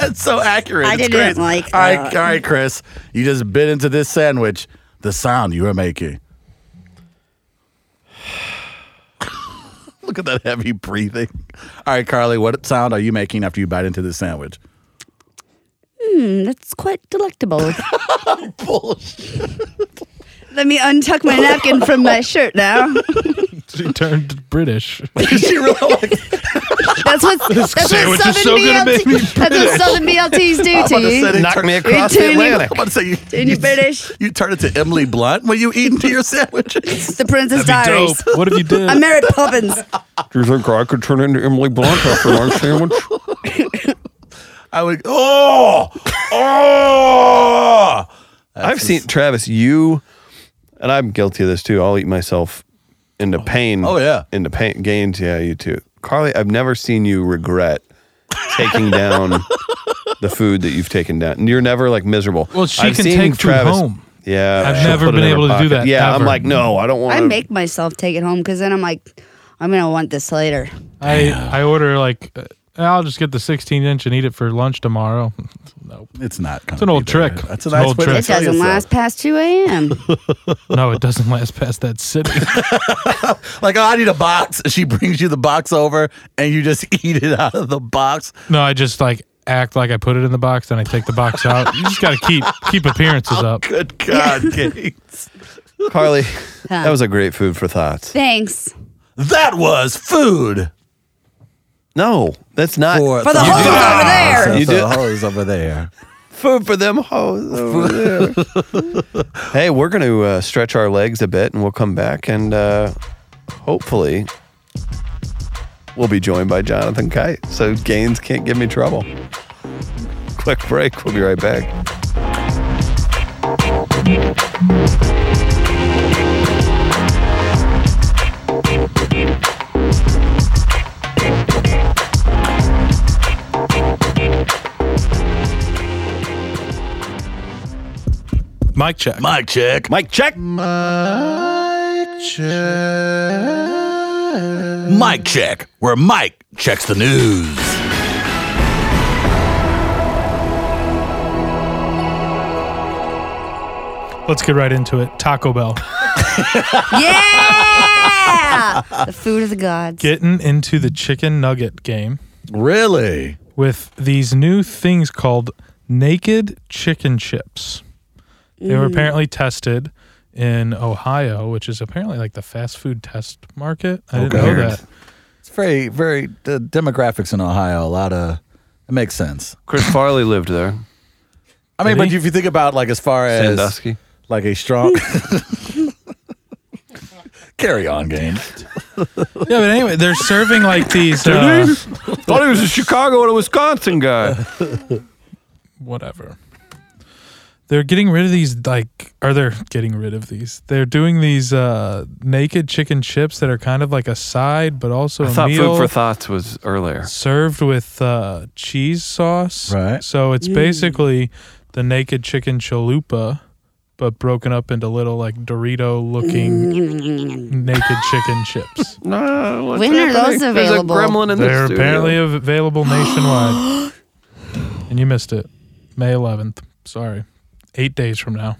That's so accurate.
I
It's
didn't
crazy.
like uh,
All right,
that.
all right, Chris. You just bit into this sandwich. The sound you were making. Look at that heavy breathing. All right, Carly, what sound are you making after you bite into this sandwich?
Mm, That's quite delectable. Bullshit. Let me untuck my napkin from my shirt now.
she turned British.
she really like,
That's what, that's what
sandwich
Southern
is so gonna make me
BLT, that's what Southern BLTs do to you.
Knock me across
Turn
the
you-
Atlantic.
I'm about to say you,
And you finish
you turn it to Emily Blunt when you eat into your sandwiches.
the Princess
Dope.
Diaries.
What if you did?
I married Poppins.
Do you think I could turn into Emily Blunt after my sandwich?
I would oh oh
I've seen Travis, you and I'm guilty of this too. I'll eat myself into pain.
Oh, yeah.
Into pain gains, yeah, you too. Carly, I've never seen you regret taking down the food that you've taken down. You're never like miserable.
Well, she
I've
can
seen
take food home.
Yeah.
I've
she'll
never
put it
been
in her
able to do
pocket.
that,
Yeah, I'm
ever.
like, no, I don't want
I
Um,
to
make myself take it home because then I'm like, I'm gonna want this later.
I, I order like, uh, I'll just get the 16 inch and eat it for lunch tomorrow. nope.
It's not. It's
an old trick.
That's
It's
a
an
nice
old
way to
trick.
It
tell
doesn't
yourself.
last past 2 a.m.
No, it doesn't last past that sitting.
Like, oh, I need a box. She brings you the box over, and you just eat it out of the box.
No, I just like act like I put it in the box, then I take the box out. You just gotta keep keep appearances up.
Good God, Gates.
Carly, that was a great food for thoughts.
Thanks.
That was food
No, that's not
for,
Uh, For the hoes over there.
So,
You
so
do-
the hoes over there.
food for them hoes over there. hey, we're going to uh, stretch our legs a bit and we'll come back and uh, hopefully we'll be joined by Jonathan Kite so Gaines can't give me trouble. Quick break. We'll be right back.
Mic check.
Mic check.
Mike, check.
Mic check. Where Mike checks the news.
Let's get right into it. Taco Bell.
Yeah, the food of the gods.
Getting into the chicken nugget game
Really?
with these new things called naked chicken chips. They were apparently tested in Ohio, which is apparently like the fast food test market. I didn't know
Weird.
that.
It's very, very the demographics in Ohio. A lot of it makes sense.
Chris Farley lived there.
I mean,
Did
but
he?
if you think about like as far as
Sandusky.
like a strong carry on game.
Yeah, but anyway, they're serving like these. Uh,
Thought he was a Chicago and a Wisconsin guy.
whatever. They're getting rid of these like are they getting rid of these? They're doing these uh naked chicken chips that are kind of like a side but also
I
a
thought
meal
food for thoughts was earlier.
served with uh cheese sauce.
Right.
So it's
Mm.
basically the naked chicken chalupa but broken up into little like Dorito looking naked chicken chips.
No, what's
When are
happening?
those available?
There's a gremlin in
They're
the studio.
apparently av- available nationwide. and you missed it. May 11th. Sorry. 8 days from now.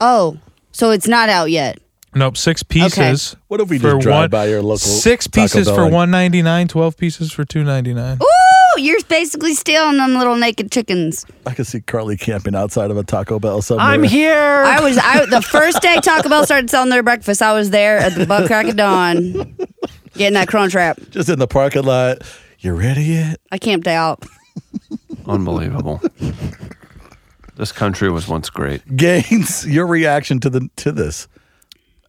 Oh, so it's not out yet.
Nope, 6 pieces.
What if we
For
just drive
one-
by your local
6
Taco
pieces
Bell
for
and-
199, 12 pieces for 299.
Ooh, you're basically stealing them little naked chickens.
I could see Carly camping outside of a Taco Bell somewhere.
I'm here.
I was I the first day Taco Bell started selling their breakfast. I was there at the butt crack of dawn, getting that crunch wrap.
just in the parking lot. You ready yet?
I camped out.
Unbelievable. this country was once great.
Gaines, your reaction to the to this?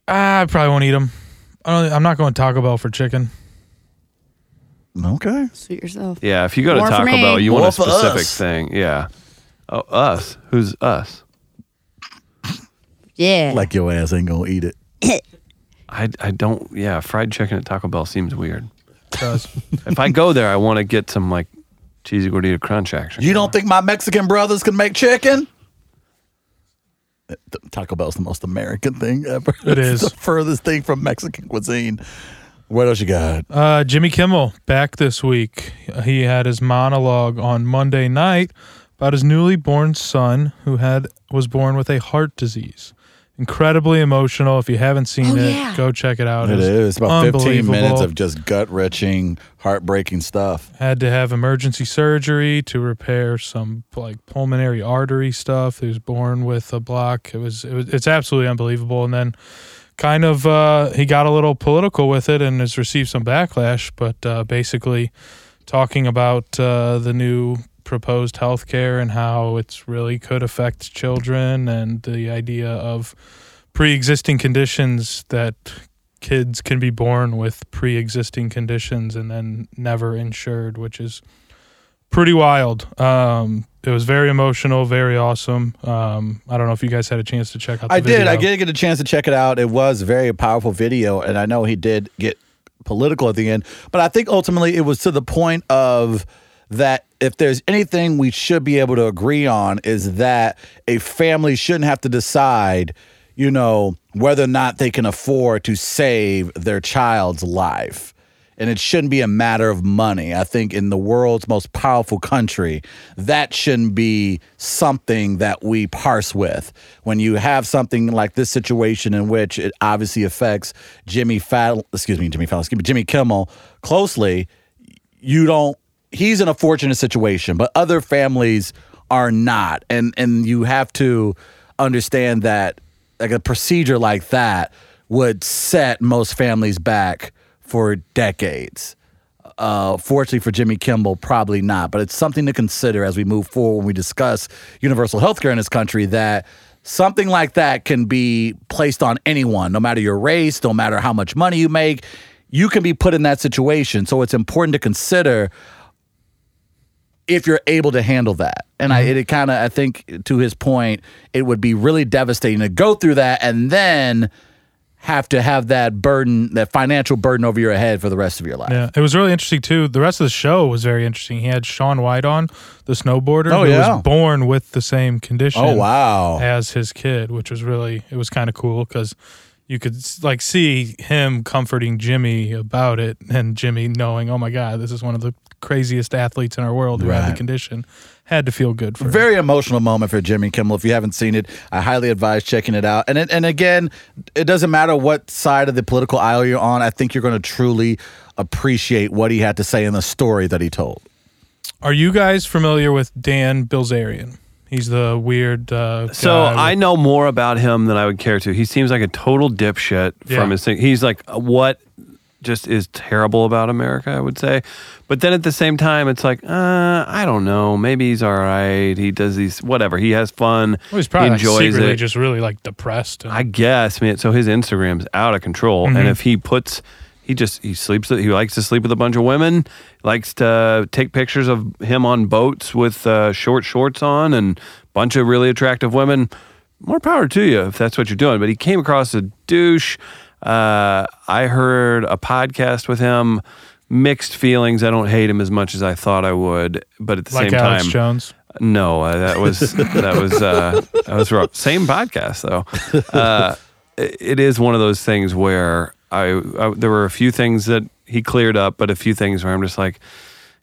Ah, I probably won't eat them. I don't, I'm not going Taco Bell for chicken.
Okay.
Suit yourself.
Yeah, if you go to
More for
Taco
me.
Bell, you
More
want a
for
specific
us.
thing. Yeah. Oh, us. Who's us?
Yeah.
Like your ass ain't gonna eat it.
I, I don't. Yeah, fried chicken at Taco Bell seems weird.
Because
If I go there, I want to get some like cheesy gordita crunch action.
You don't think my Mexican brothers can make chicken? Uh, th- Taco Bell's the most American thing ever.
It
It's
is.
the furthest thing from Mexican cuisine. What else you got?
Uh, Jimmy Kimmel back this week. He had his monologue on Monday night about his newly born son who had was born with a heart disease. Incredibly emotional. If you haven't seen
Oh,
it,
yeah.
go check it out.
It is about 15 minutes
unbelievable.
of just gut wrenching, heartbreaking stuff.
had to have emergency surgery to repair some like pulmonary artery stuff. He was born with a block. It was, it was it's absolutely unbelievable. And then kind of uh, he got a little political with it and has received some backlash. But uh, basically, talking about uh, the new proposed health care and how it's really could affect children and the idea of pre-existing conditions that kids can be born with pre-existing conditions and then never insured, which is pretty wild. Um, it was very emotional, very awesome. Um, I don't know if you guys had a chance to check out. The
I did. I
video.
did get a chance to check it out. It was a very powerful video, and I know he did get political at the end, but I think ultimately it was to the point of that if there's anything we should be able to agree on is that a family shouldn't have to decide, you know, whether or not they can afford to save their child's life. And it shouldn't be a matter of money. I think in the world's most powerful country, that shouldn't be something that we parse with. When you have something like this situation in which it obviously affects Jimmy Fallon, excuse me, Jimmy Fallon, excuse me, Jimmy Kimmel closely, you don't he's in a fortunate situation but other families are not and and you have to understand that like a procedure like that would set most families back for decades uh, fortunately for Jimmy Kimball, probably not. But it's something to consider as we move forward when we discuss universal health care in this country that something like that can be placed on anyone, no matter your race, no matter how much money you make. You can be put in that situation. So it's important to consider if you're able to handle that. And I, it kind of, I think, to his point, it would be really devastating to go through that and then have to have that burden, that financial burden over your head for the rest of your life.
Yeah, it was really interesting too. The rest of the show was very interesting. He had Sean White on, the snowboarder,
Oh,
who
yeah.
was born with the same condition.
Oh wow!
as his kid, which was really it was kind of cool because you could like see him comforting Jimmy about it, and Jimmy knowing, oh my god, this is one of the craziest athletes in our world who had
Right.
the condition, had to feel good for. him.
Very emotional moment for Jimmy Kimmel. If you haven't seen it, I highly advise checking it out. And it, and again, it doesn't matter what side of the political aisle you're on. I think you're going to truly appreciate what he had to say in the story that he told.
Are you guys familiar with Dan Bilzerian? He's the weird. Uh,
So
guy
I
with-
know more about him than I would care to. He seems like a total dipshit
Yeah.
from his thing. He's like what just is terrible about America, I would say. But then at the same time, it's like uh, I don't know. Maybe he's all right. He does these whatever. He has fun.
Well, he's probably
he
like,
enjoys
secretly
it.
just really like depressed. And, Mm-hmm.
I guess, man. So his Instagram's out of control, and if he puts
He just he sleeps. He likes to sleep with a bunch of women. Likes to take pictures of him on boats with uh, short shorts on and bunch of really attractive women. More power to you if that's what you're doing. But he came across a douche. Uh, I heard a podcast with him. Mixed feelings. I don't hate him as much as I thought I would, but at the
like
same
Alex
time,
Jones.
no, uh, that was that was uh, that was wrong. Same podcast though. Uh, it- it is one of those things where I, I there were a few things that he cleared up, but a few things where I'm just like,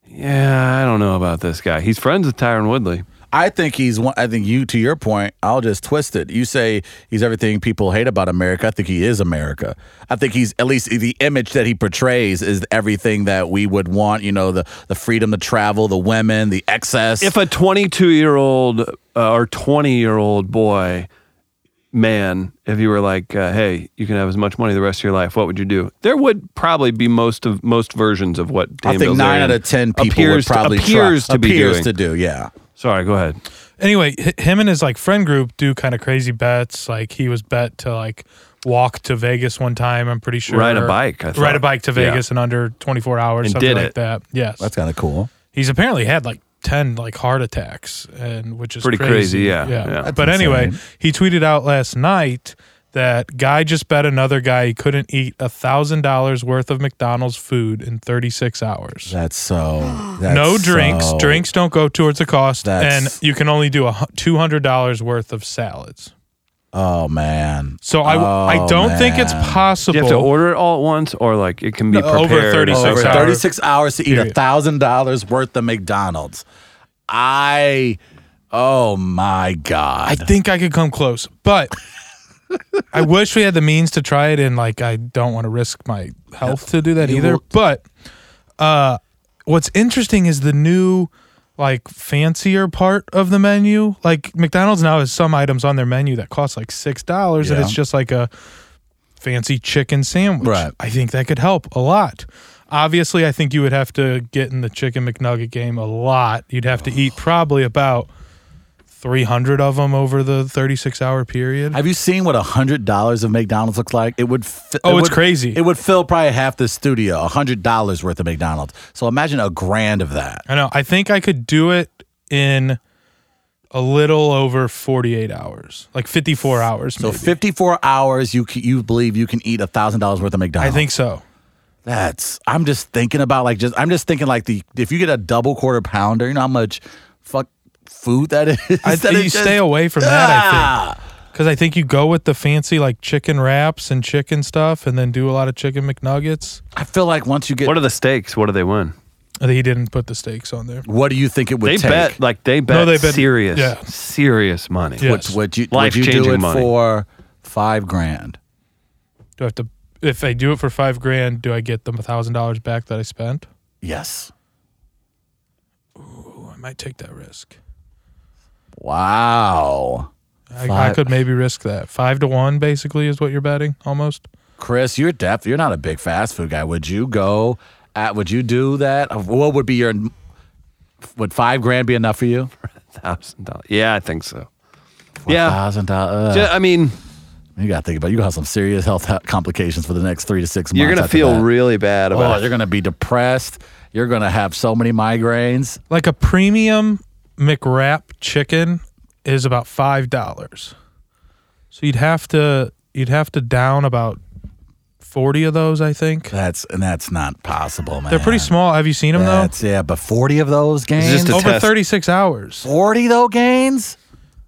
yeah, I don't know about this guy. He's friends with Tyron Woodley.
I think he's one. I think you, to your point, I'll just twist it. You say he's everything people hate about America. I think he is America. I think he's at least the image that he portrays is everything that we would want. You know, the the freedom to travel, the women, the excess.
If a 22 year old uh, or 20 year old boy, man, if you were like, uh, hey, you can have as much money the rest of your life, what would you do? There would probably be most of most versions of what
I
Dame
think nine
Bilzerian
out of ten people
appears
would probably
to, appears
try,
to be
appears
doing.
to do. Yeah,
Sorry, go ahead.
Anyway, hi- him and his like friend group do kind of crazy bets. Like he was bet to like walk to Vegas one time. I'm pretty sure
Ride a bike, I thought.
ride a bike to
Yeah.
Vegas in under 24 hours.
And
something
did
like
it.
that. Yes,
that's kind of cool.
he's apparently had like 10 like heart attacks and which is
Pretty crazy, yeah,
yeah,
yeah.
but
insane.
anyway he tweeted out last night that guy just bet another guy he couldn't eat a thousand dollars worth of mcdonald's food in 36 hours
That's so. That's
no drinks
so-
drinks don't go towards the cost and
That's-
you can only do a hu- $200 worth of salads
Oh man.
so I, I
Oh,
don't think it's
man.
possible
Do you have to order it all at once, or like it can be
No, over
prepared?
Six
over
hours.
36 hours to eat a
Period.
thousand dollars worth of McDonald's. I, oh my god,
I think I could come close, but I wish we had the means to try it. And like, I don't want to risk my health to do that
You
either.
will-
But uh, what's interesting is the new, like, fancier part of the menu. Like, McDonald's now has some items on their menu that cost like $6, and
Yeah.
it's just like a fancy chicken sandwich.
Right.
I think that could help a lot. Obviously, I think you would have to get in the chicken McNugget game a lot. You'd have to eat probably about 300 of them over the 36 hour period.
Have you seen what hundred dollars of McDonald's looks like? It would. Fi-
Oh,
it
it's
would-
crazy.
It would fill probably half the studio. hundred dollars worth of McDonald's. So imagine a grand of that.
I know. I think I could do it in a little over 48 hours, like 54 hours.
So
maybe.
fifty-four hours. You c- you believe you can eat a thousand dollars worth of
I
McDonald's?
think so.
that's. I'm just thinking about like just. I'm just thinking like the if you get a double quarter pounder, you know how much fuck food that is.
I
that
think
it
you
just-
stay away from that, I think.
Ah!
Because I think you go with the fancy, like chicken wraps and chicken stuff, and then do a lot of chicken McNuggets.
I feel like once you get,
What are the stakes? What do they win?
I think He didn't put the steaks on there.
what do you think it would
They
take?
bet like they bet,
No, they bet-
serious,
yeah.
serious money.
Yeah.
Would, would you would you do
Life-changing
it
money.
for five grand?
Do I have to, if I do it for five grand, do I get the $1,000 back that I spent?
Yes.
Ooh, I might take that risk.
Wow.
I, I
Five-
could maybe risk that. Five to one, basically, is what you're betting almost.
Chris, you're deaf. You're not a big fast food guy. Would you go at would you do that? What would be your would five grand be enough for you?
Thousand dollars. Yeah, I think so. Yeah,
Thousand dollars.
Ju- I mean,
You gotta think about it. you gonna have some serious health ha- complications for the next three to six months.
You're gonna
after
feel
that.
really bad
Oh,
about
you're gonna be depressed. You're gonna have so many migraines.
Like a premium McWrap chicken is about five dollars. So you'd have to you'd have to down about forty of those, I think.
That's and that's not possible, man.
They're pretty small. Have you seen them
That's yeah, but forty of those gains.
just
though?
a-
Over
test.
thirty six hours.
forty though gains.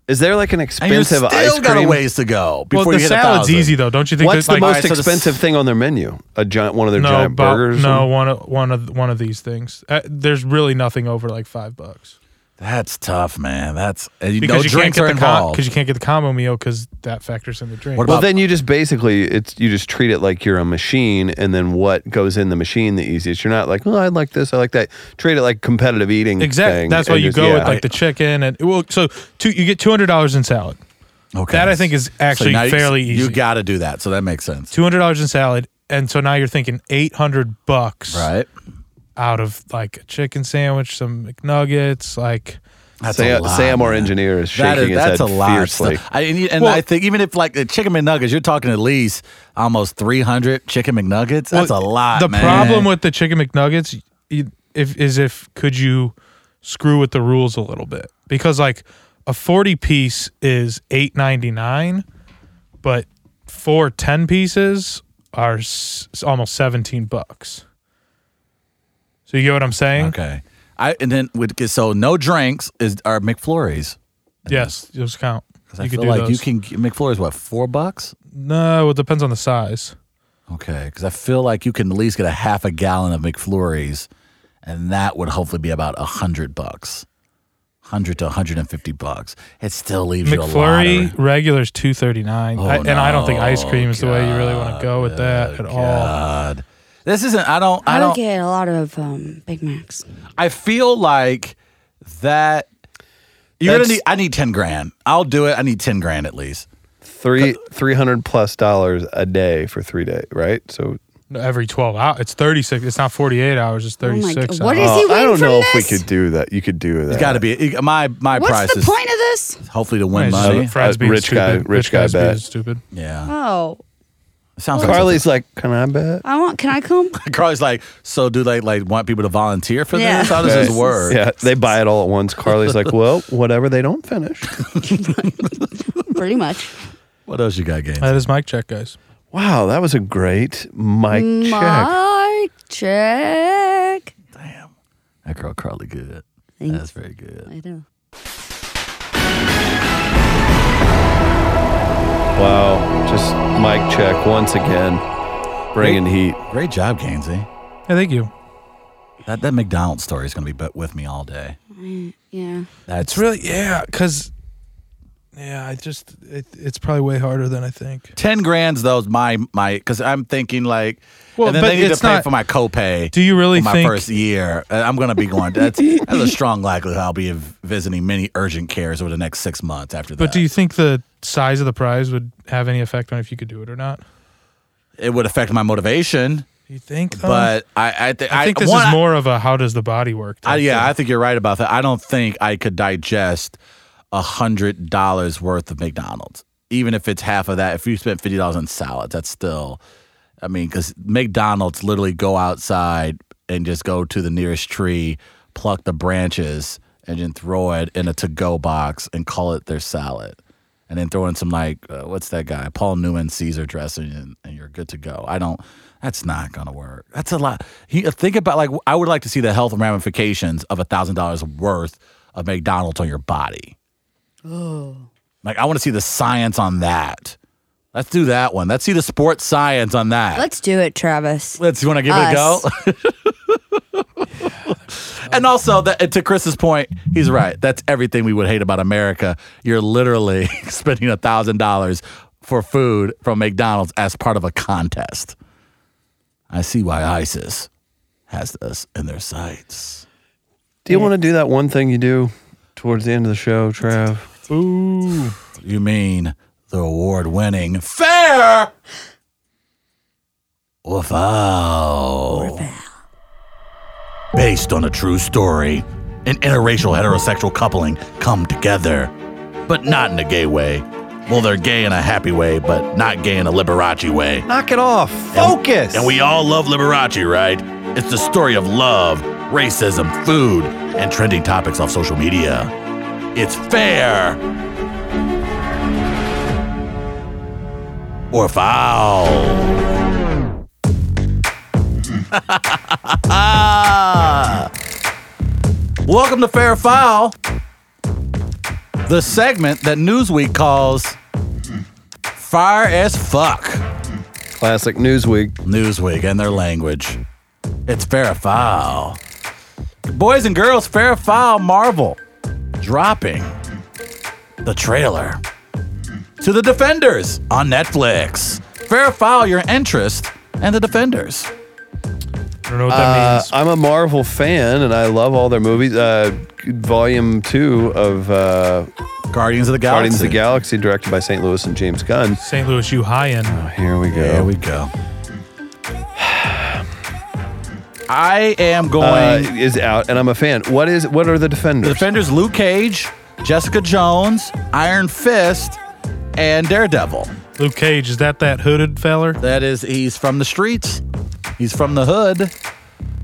Is there like an
And you
expensive
still
ice
got a
cream?
ways to go before
well,
you
the
hit
salad's
1,000.
easy though, don't you think?
What's
that,
the most
so the s-
expensive thing on their menu? A giant one of their
no,
giant
bo-
burgers?
no
and-
one of one of one of these things. Uh, there's really nothing over like five bucks.
That's tough, man. That's and you,
Because
no
you
drinks are
can't get the
involved.
because you can't get the combo meal because that factors in the drink.
What
Well,
about-
then you just basically it's you just treat it like you're a machine, and then what goes in the machine the easiest. You're not like, oh, I like this, I like that. Treat it like competitive eating.
Exactly.
thing
That's why
and
you
just-
go with
yeah.
like the chicken and well, so two you get two hundred dollars in salad.
Okay.
That I think is actually
now you-
fairly
you,
easy.
got to do that, so that makes sense,
two hundred dollars in salad, and so now you're thinking eight hundred bucks
right?
out of like a chicken sandwich, some McNuggets, like.
That's
Sam,
a lot,
Sam our
man.
engineer, is
That
shaking
is-
his
that's
head
a lot. of
fiercely.
stuff. I, and you- and
Well-
I think even if like the chicken McNuggets, you're talking at least almost 300 chicken McNuggets. That's a lot.
The
man.
problem with the chicken McNuggets you- if is if could you screw with the rules a little bit because like a forty piece is eight ninety nine, but four 10 pieces are s- almost seventeen bucks. So you get what I'm saying?
okay, I and then with so no drinks is are McFlurries.
Yes, those count.
'Cause
You
I
could
feel
do
like you
those.
can get- McFlurries what four bucks?
No, it depends on the size.
Okay, because I feel like you can at least get a half a gallon of McFlurries, and that would hopefully be about a hundred bucks, hundred to hundred and fifty bucks. It still leaves you a lot. of-
McFlurry regular's two thirty nine,
Oh,
I and I don't think ice cream is the way you really want to go with that at all.
God. This isn't. I don't. I
I don't
don't.
get a lot of um, Big Macs.
I feel like that. You're gonna
That's-
need. I need ten grand. I'll do it. I need ten grand at least.
Three three hundred plus dollars a day for three days, right? So
Every twelve hours, it's thirty six. It's not forty eight hours. It's thirty six.
what is
uh,
hours.
he
I
win
don't
from
know if we
this?
could do that. You could do that.
It's got to be my my
What's
price
the
is
point of this?
hopefully to win
It's just
money.
Uh,
Fred's being
rich guy-
stupid.
rich guy
guy's being
bet.
Stupid.
Yeah,
Oh,
sounds like something-
Carly's like, can I bet?
I want. Can I come?
Carly's like, so do they like want people to volunteer for
Yeah.
this? How does this
Right.
work?
Yeah, they buy it all at once. Carly's like, well, whatever they don't finish.
Pretty much.
What else you got, Gaines?
That is mic check, guys.
Wow, that was a great mic check.
Mic check.
That girl Carly good.
Thanks.
That's very good.
I know.
Wow, just mic check once again, bringing heat.
Great job, Gainesy.
Yeah, thank you.
That that McDonald's story is gonna be bu- with me all day.
Yeah.
That's
It's really yeah, because yeah, I just it, it's probably way harder than I think.
ten grand's though is my my because I'm thinking like
Well,
and then
but
they need to
it's
pay
not-
for my copay.
Do you really
for my
think-
first year? Uh, I'm gonna be going. That's that's a strong likelihood I'll be v- visiting many urgent cares over the next six months after that.
But do you think the size of the prize would have any effect on if you could do it or not?
It would affect my motivation,
You think? though?
but I I, th-
Uh, I think this
one,
is more of a how does the body work?
I,
type
yeah,
thing.
I think you're right about that. I don't think I could digest a hundred dollars worth of McDonald's, even if it's half of that. If you spent fifty dollars on salads, that's still, I mean, because McDonald's literally go outside and just go to the nearest tree, pluck the branches, and then throw it in a to-go box and call it their salad. And then throw in some like uh, what's that guy Paul Newman Caesar dressing and, and you're good to go. I don't. That's not gonna work. That's a lot. He, think about like I would like to see the health ramifications of a thousand dollars worth of McDonald's on your body. Oh. Like I want to see the science on that. Let's do that one. Let's see the sports science on that.
Let's do it, Travis.
Let's you want to give it a go. and also, that, to Chris's point, he's right. That's everything we would hate about America. You're literally spending a thousand dollars for food from McDonald's as part of a contest. I see why ISIS has us in their sights.
Do you want to do that one thing you do towards the end of the show, Trav?
Ooh,
You mean the award-winning fair? Or foul. Based on a true story, an interracial heterosexual coupling come together, but not in a gay way. Well, they're gay in a happy way, but not gay in a Liberace way.
Knock it off. Focus.
And we all love Liberace, right? It's the story of love, racism, food, and trending topics off social media. It's fair or foul. Welcome to Fair or Foul, the segment that Newsweek calls Fire as Fuck.
Classic Newsweek.
Newsweek and their language. It's fair or foul. Boys and girls, fair or foul Marvel dropping the trailer to The Defenders on Netflix. Fair or foul your interest and The Defenders.
I don't know what that
Uh,
means.
I'm a Marvel fan, and I love all their movies. Uh, volume two of uh,
Guardians of the Galaxy.
Guardians of the Galaxy, directed by St. Louis and James Gunn.
St. Louis, you high end.
Here we go.
There we go. I
Uh,
am going.
is out, and I'm a fan. What is? What are the defenders?
The defenders: Luke Cage, Jessica Jones, Iron Fist, and Daredevil.
Luke Cage, is that that hooded feller?
That is, he's from the streets. He's from the hood.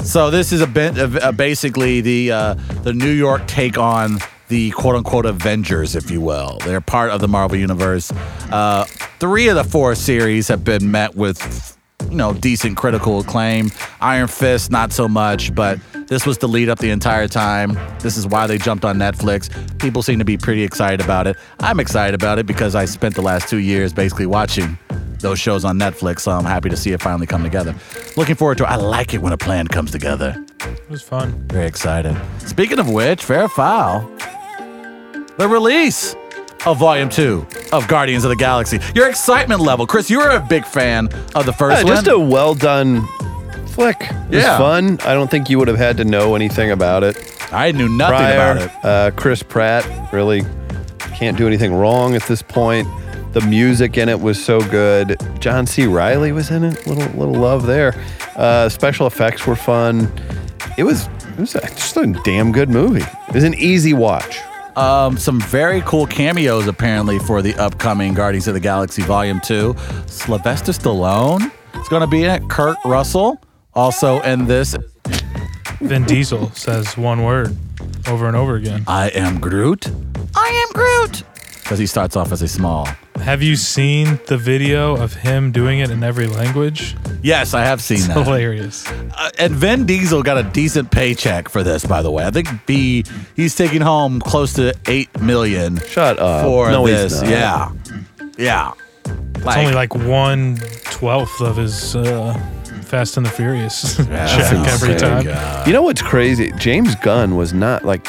So this is a, ben, a, a basically the uh, the New York take on the quote unquote Avengers, if you will. They're part of the Marvel universe. Uh, three of the four series have been met with you know decent critical acclaim. Iron Fist, not so much, but this was the lead up the entire time. This is why they jumped on Netflix. People seem to be pretty excited about it. I'm excited about it because I spent the last two years basically watching those shows on Netflix, so I'm happy to see it finally come together. Looking forward to it. I like it when a plan comes together.
It was fun.
Very excited. Speaking of which, fair foul. The release of Volume 2 of Guardians of the Galaxy. Your excitement level. Chris, you were a big fan of the first
Yeah,
one.
just a well done flick. It was
Yeah.
fun. I don't think you would have had to know anything about it.
I knew nothing
Prior,
about it.
Uh, Chris Pratt really can't do anything wrong at this point. The music in it was so good. John C. Riley was in it. Little little love there. Uh, special effects were fun. It was it was a- just a damn good movie. It was an easy watch.
Um, some very cool cameos apparently for the upcoming Guardians of the Galaxy Volume 2. Sylvester Stallone is going to be in it. Kurt Russell also in this.
Vin Diesel says one word over and over again.
I am Groot. I am Groot. Because he starts off as a small.
Have you seen the video of him doing it in every language?
Yes, I have seen
It's
that.
hilarious.
Uh, and Vin Diesel got a decent paycheck for this, by the way. I think B he's taking home close to eight million
Shut up.
for
Oh, no, he's
this.
not.
Yeah, yeah.
It's only like one twelfth of his uh, Fast and the Furious check
that's
every
insane.
time.
You know what's crazy? James Gunn was not like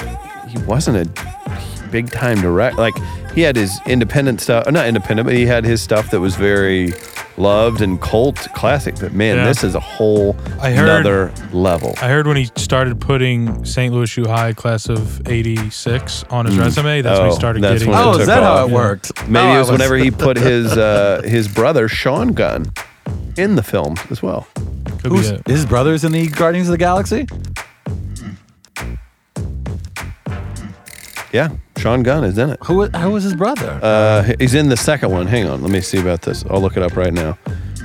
he wasn't a big time direct. Like he had his independent stuff, not independent, but he had his stuff that was very loved and cult classic. But man,
Yeah.
this is a whole
I heard-
another level.
I heard when he started putting St. Louis U High class of '86 on his resume, that's when
Oh,
he started
that's
getting.
when it
Oh, is
took
that how
off.
it worked?
Maybe
Oh, I
it was whenever he put his uh, his brother Sean Gunn in the film as well.
Could be
Who's,
it.
his brother's in the Guardians of the Galaxy.
Yeah, Sean Gunn is in it.
Who? Who was his brother?
Uh, he's in the second one. Hang on, let me see about this. I'll look it up right now.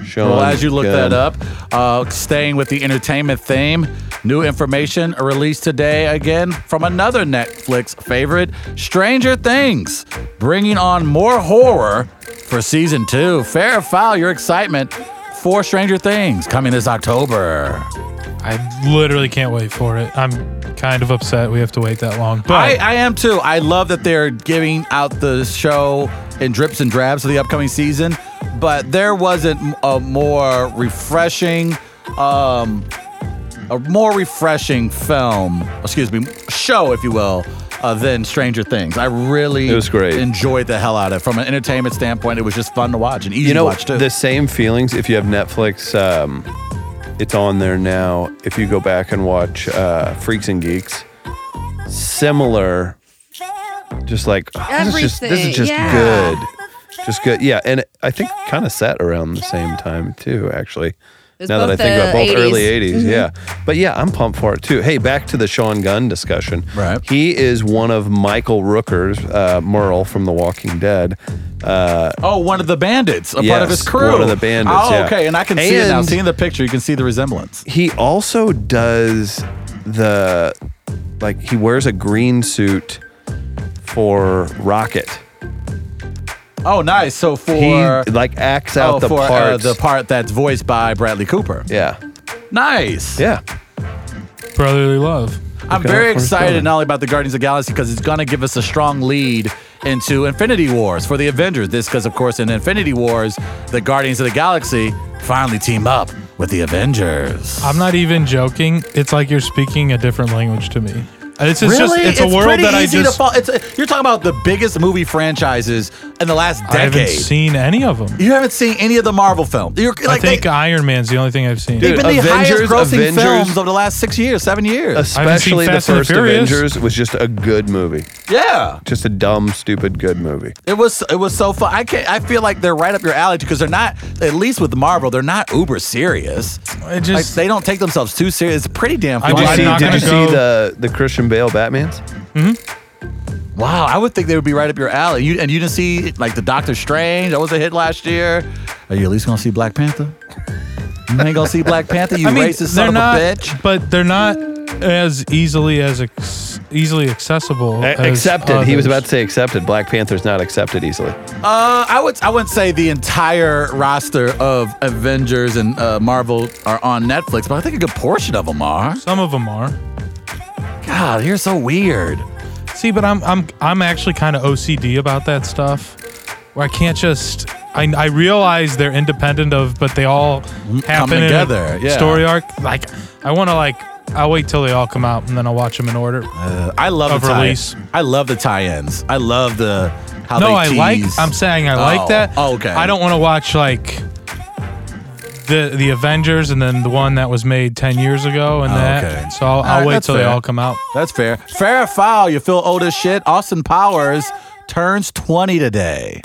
Sean.
Well, as you look
Gunn.
that up, uh, staying with the entertainment theme, new information released today again from another Netflix favorite, Stranger Things, bringing on more horror for season two. Fair foul your excitement for Stranger Things coming this October.
I literally can't wait for it. I'm kind of upset we have to wait that long, but
I, I am too. I love that they're giving out the show in drips and drabs for the upcoming season, but there wasn't a more refreshing, um, a more refreshing film, excuse me, show, if you will, uh, than Stranger Things. I really
It was great.
enjoyed the hell out of it. From an entertainment standpoint, it was just fun to watch and easy
you know,
to watch too.
the same feelings if you have Netflix. Um, it's on there now. If you go back and watch uh, Freaks and Geeks, similar, just like "Oh, this is just this
Everything,
is just
yeah.
good, just good. Yeah, and I think kind of set around the same time too. Actually,
was
now that I
both
think about
the Mm-hmm.
both early
80s.
'80s, yeah. But yeah, I'm pumped for it too. Hey, back to the Sean Gunn discussion.
Right.
he is one of Michael Rooker's uh, Merle from The Walking Dead. Uh,
oh, one of the bandits, a part of
Yes,
his crew.
one of the bandits,
Oh,
yeah.
okay, and I can see it now.
And-
Seeing the picture, you can see the resemblance.
he also does the like he wears a green suit for Rocket.
Oh, nice. So for
He like acts out
oh,
the
for uh,
parts.
the part that's voiced by Bradley Cooper.
yeah,
Nice.
yeah.
brotherly love.
I'm
out
very
for his
excited
coming.
not only about the Guardians of the Galaxy because it's going to give us a strong lead into Infinity Wars for the Avengers. This because, of course, in Infinity Wars, the Guardians of the Galaxy finally team up with the Avengers.
Uh, I'm not even joking. It's like you're speaking a different language to me. It's, it's just- it's a world
pretty
that I
easy
just-
to fall. It's a, you're talking about the biggest movie franchises in the last decade.
I haven't seen any of them.
you haven't seen any of the Marvel films. You're,
I
like,
think uh,
they,
Iron Man's the only thing I've seen.
they've been the
Avengers-
highest grossing
Avengers-
films of the last six years, seven years.
Especially the
Fast and the
first
Furious.
Avengers was just a good movie.
yeah.
Just a dumb, stupid, good movie.
It was it was so fun. I can not I feel like they're right up your alley because they're not at least with Marvel they're not uber serious.
It just-
like they don't take themselves too serious. It's pretty damn
I
fun.
Did you
I'm
see,
not
did you
gonna
see
go-
the, the Christian Bale Batmans?
wow, I would think they would be right up your alley. You and you didn't see like the Doctor Strange that was a hit last year. Are you at least gonna see Black Panther? You ain't gonna see Black Panther. You racist son
they're
of
not,
a bitch.
But they're not as easily as ex- easily accessible.
A-
as
accepted. He was about
others.
to say accepted. Black Panther's not accepted easily.
Uh, I would I wouldn't say the entire roster of Avengers and uh, Marvel are on Netflix, but I think a good portion of them are.
Some of them are.
God, you're so weird.
See, but I'm I'm I'm actually kind of OCD about that stuff, where I can't just. I, I realize they're independent of, but they all happen
Mm, together,
In a
yeah.
Story arc. Like I want to like. I'll wait till they all come out and then I'll watch them in order.
I love
of
the tie-
release.
I love the tie-ins. I love the how
no,
they
I like.
tease.
I'm saying I
Oh,
like that.
oh, okay.
I don't want to watch like the the Avengers and then the one that was made ten years ago and that.
Oh, okay.
So I'll,
All
I'll
right,
wait
that's
till they
fair.
all come out.
That's fair. Farrah Fowl, you feel old as shit. Austin Powers turns 20 today.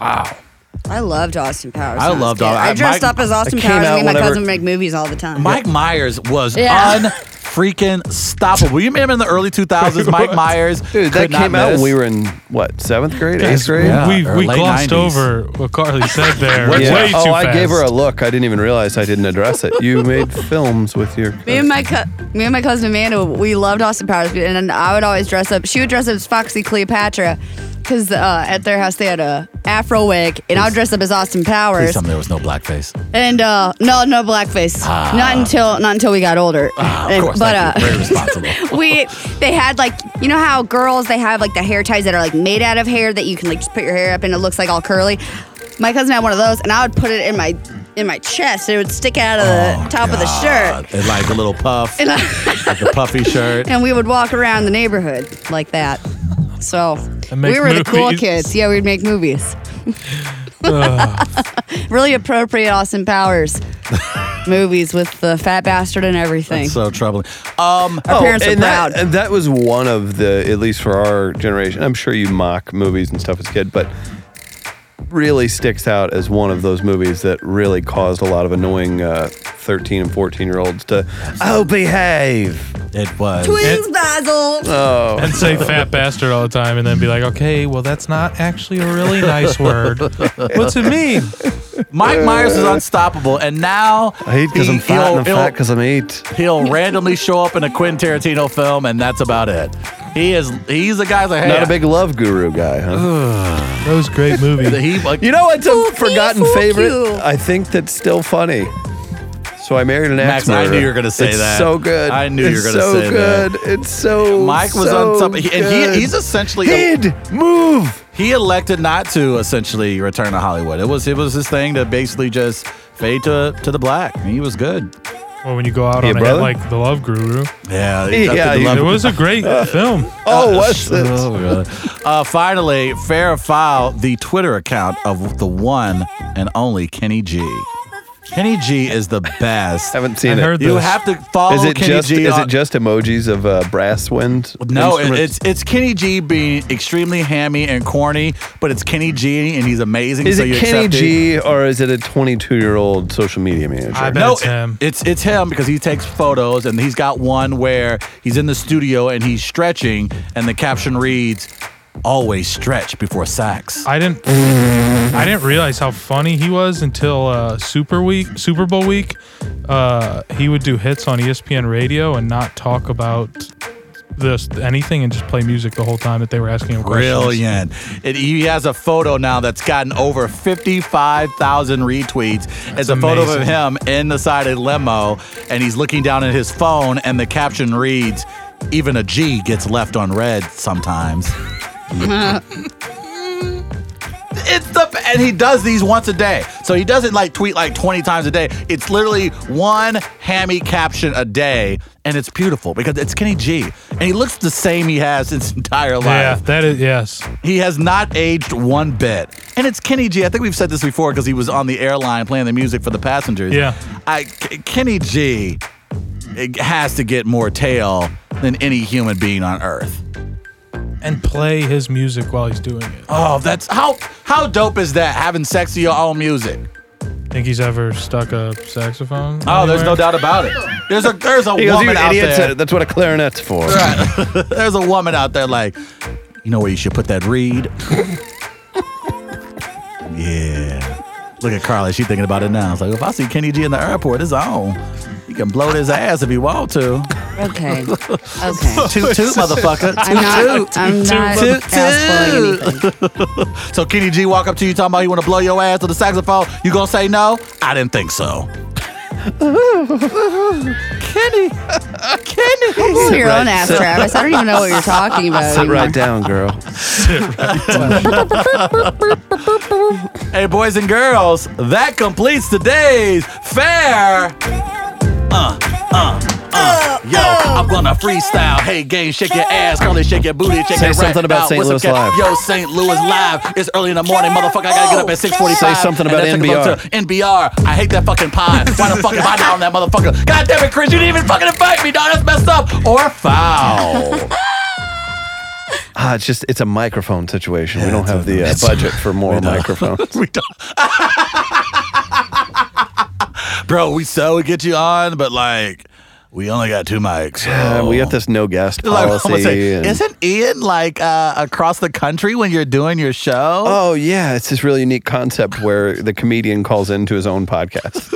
I loved Austin Powers.
I
when was a
loved
kid.
all- I-
I dressed
Mike-
up as Austin
I came
Powers.
out
Me and my
whenever-
cousin would make movies all the time.
Mike Myers was
Yeah.
unfreaking stoppable. You remember him in the early 2000s, Mike Myers.
Dude, that
could not
came out when
miss.
we were in what seventh grade,
Guys,
eighth grade.
Yeah,
we
or
we
late
glossed
90s.
over what Carly said there.
Yeah.
Way too
oh,
fast.
I gave her a look. I didn't even realize I didn't address it. You made films with your.
Me and my co- me and my cousin Amanda, we loved Austin Powers, and then I would always dress up. She would dress up as Foxy Cleopatra, because uh, at their house they had a afro wig, and I would dress up as Austin
Please
Powers.
tell me there was no blackface.
And uh, no, no blackface. not until not until we got older.
Ah, of
And-
course,
but
thank you.
uh,
very responsible.
we they had like you know how girls they have like the hair ties that are like made out of hair that you can like just put your hair up and it looks like all curly. My cousin had one of those, and I would put it in my in my chest. It would stick out of the
Oh,
top of the
God.
shirt.
And like a little puff,
And
like
I-
a puffy shirt.
and we would walk around the neighborhood like that. So
And make
we were the cool
movies.
kids. Yeah, we'd make movies.
Ugh.
Really appropriate Austin Powers movies with the fat bastard and everything.
So troubling. Um,
Our parents
uh, Oh,
were
and
proud.
That, and that was one of the, at least for our generation. I'm sure you mock movies and stuff as a kid, but really sticks out as one of those movies that really caused a lot of annoying uh, 13 and 14 year olds to oh behave.
it was.
Twins, Basil.
Oh,
and say fat bastard all the time and then be like, okay, well, that's not actually a really nice word. What's it mean?
Mike Myers is unstoppable, and now
I hate because
he-
I'm fat and I'm
he'll-
fat because I'm eight.
he'll, he'll randomly show up in a Quentin Tarantino film, and that's about it. He is he's the guy's like hey,
Not a big love guru guy, huh?
Those great movies.
he like
You know what's a
Fool me,
forgotten
fool
favorite?
you.
I think that's still funny. So I married an
Max,
axe
I knew
murderer.
you were gonna say
it's
that.
So good.
I knew you were
It's
gonna
so
say that.
good. It's so
Mike was
so
on something, and
good.
he, he's essentially
hid move.
he elected not to essentially return to Hollywood. It was it was his thing to basically just fade to to the black. And he was good.
Or when you go out
Yeah,
on a hit
brother.
like The Love Guru.
Yeah,
Yeah,
the
he-
love-
It was a great film.
Oh, what's this?
Oh, God. Uh, finally, Farrah Fowl, the Twitter account of the one and only Kenny G. Kenny G is the best.
Haven't
I
seen
heard
it.
You
this.
have to follow
Is it
Kenny
just
G.
is
on-
it just emojis of uh, brass wind?
no, it,
instruments?
it's it's Kenny G being extremely hammy and corny, but it's Kenny G and he's amazing.
is
so
it
you
Kenny
accept it.
G or is it a 22 year old social media manager?
I bet
No,
it's him.
it- it's it's him because he takes photos and he's got one where he's in the studio and he's stretching and the caption reads, "Always stretch before sex."
I didn't I didn't realize how funny he was until uh, Super Week, Super Bowl week. Uh, he would do hits on E ESPN radio and not talk about this anything and just play music the whole time that they were asking him questions.
Brilliant. It, he has a photo now that's gotten over 55,000 retweets. it's a photo of
amazing.
him in the side of limo, and he's looking down at his phone, and the caption reads, even a G gets left on red sometimes. it's the and he does these once a day. So he doesn't like tweet like 20 times a day. It's literally one hammy caption a day, and it's beautiful because it's Kenny G. And he looks the same he has his entire life.
Yeah, that is yes.
He has not aged one bit. And it's Kenny G. I think we've said this before because he was on the airline playing the music for the passengers.
Yeah.
I, K- Kenny G eh, has to get more tail than any human being on earth.
And play his music while he's doing it.
Oh, that's how how dope is that? Having sex to your own music.
Think he's ever stuck a saxophone?
Oh, there's no
anywhere?
doubt about it. There's a there's a
He goes, you
woman out
idiots.
there.
That's what a clarinet's for.
There's a woman out there like, you know where you should put that reed? yeah. Look at Carly. She thinking about it now. It's like, if I see Kenny G in the airport, it's on. You can blow his ass if you want to.
Okay. Okay.
Toot toot, motherfucker.
I'm
Toot
not.
toot.
I'm not
Toot,
fast-blowing
toot.
anything.
So Kenny G walk up to you talking about you want to blow your ass to the saxophone. You gonna say no? I didn't think so. Kenny, Kenny.
Sit your
right-
own ass,
sit-
Travis. I don't even know what you're talking about.
Sit right down,
anymore.
girl.
Hey, boys and girls, that completes today's fair. Uh, uh, uh. Yo, I'm gonna freestyle. Hey, gang, shake your ass. Carly, shake your booty. Shake
Say
it right
something about
now.
St.
What's
Louis
up,
Live.
guys? Yo, St. Louis Live. It's early in the morning, motherfucker. I gotta get up at 645.
Say something
and
about
then take a look to NBR. I hate that fucking pod. Why the fuck am I not on that motherfucker? God damn it, Chris, you didn't even fucking invite me, dog. That's messed up. Or foul.
Ah, it's just it's a microphone situation. we don't have the uh,
it's-
budget for more microphones.
we don't. Bro, we so we get you on, but like we only got two mics. So.
Uh, we got this no guest
Oh. Like, I'm
policy.
gonna say,
and-
isn't Ian like uh, across the country when you're doing your show?
oh yeah, it's this really unique concept where the comedian calls into his own podcast.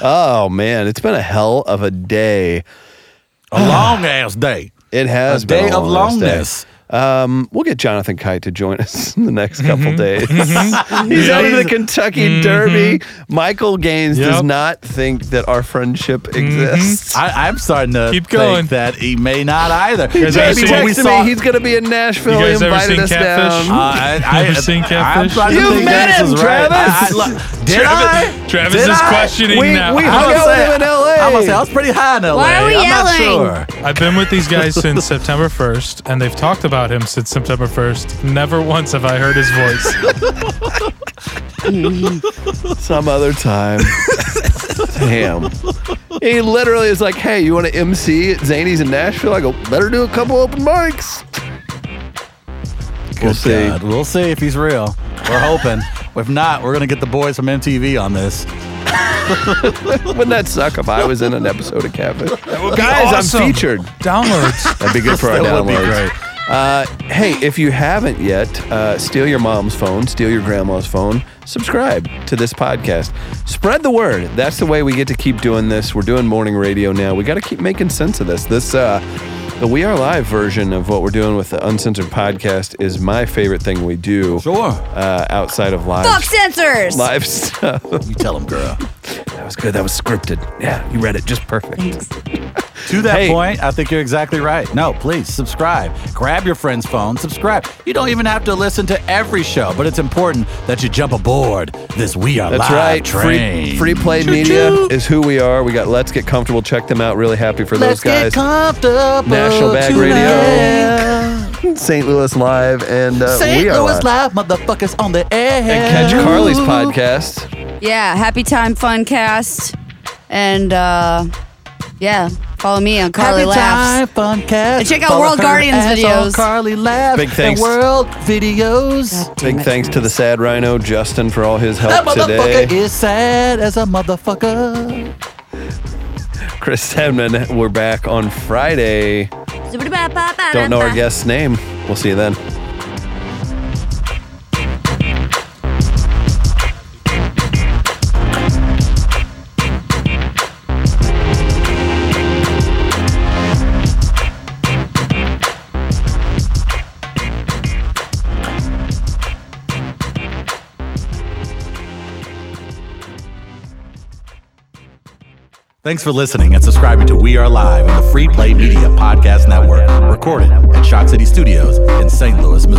oh man, it's been a hell of a day.
A long ass day.
It has
A
Oh. been
day
a
of
long ass day.
longness.
Um, we'll get Jonathan Kite to join us in the
Mm-hmm.
next couple days. He's out of the Kentucky Derby. Michael Gaines does
Yep.
not think that our friendship
Mm-hmm.
exists.
I, I'm starting to
Keep going.
think that he may not either.
guys ever
Maybe
seen-
when
texted
we
me.
saw,
He's going to be in Nashville.
You
He
guys ever
invited
seen
us
Catfish?
Uh,
down.
I, I,
Ever seen
I'm
Catfish?
starting to
You
think
met
Dennis
him,
is right.
Travis.
I- I- look, did I?
Travis
Did
is
I?
questioning
We-
now.
we-
I'm
hung
gonna
out with
say-
him in LA.
I'm gonna say I was pretty high in LA.
Why are we
I'm
yelling?
Not sure.
I've been with these guys since September 1st, and they've talked about him since September 1st. Never once have I heard his voice.
Some other time. Damn. He literally is like, hey, you want to MC at Zany's in Nashville? I go, let her do a couple open mics. We'll
Good
see.
God. We'll see if he's real. We're hoping. if not, we're gonna get the boys from MTV on this.
Wouldn't that suck if I was in an episode of Catfish?
would be
Guys,
awesome.
I'm featured.
Downloads.
That'd be good for our
That would be
downloads.
great.
Uh, hey, if you haven't yet, uh, steal your mom's phone, steal your grandma's phone, subscribe to this podcast. Spread the word. That's the way we get to keep doing this. We're doing morning radio now. We got to keep making sense of this. This, uh, the We Are Live version of what we're doing with the Uncensored podcast is my favorite thing we do.
Sure.
Uh, outside of live,
Fuck censors.
live stuff.
You tell him, girl.
That was good. That was scripted. Yeah, you read it just perfect.
To that
Hey.
point, I think you're exactly right. No, please subscribe. Grab your friend's phone, subscribe. You don't even have to listen to every show, but it's important that you jump aboard this We Are
That's
Live
right.
train.
Free, free Play
Choo-choo.
Media is who we are. We got Let's Get Comfortable. Check them out. Really happy for
Let's
those
get
guys.
comfortable.
National Bag
tonight.
St. Louis Live and uh,
St.
We Are
Louis
Live.
Live, motherfuckers on the air.
And catch Carly's podcast.
Yeah, happy time fun cast. And uh yeah, follow me on Carly
Happy
Laughs.
Time, fun cast.
And check out
Follow
World
her
Guardians
ass
videos.
on Carly Laughs.
Big thanks.
And World videos.
God damn
Big
it.
thanks to the sad rhino, Justin, for all his
That
help
motherfucker
today.
is sad as a motherfucker.
Chris Sedman, we're back on Friday. Don't know our guest's name. We'll see you then.
Thanks for listening and subscribing to We Are Live on the Free Play Media Podcast Network, recorded at Shock City Studios in St. Louis,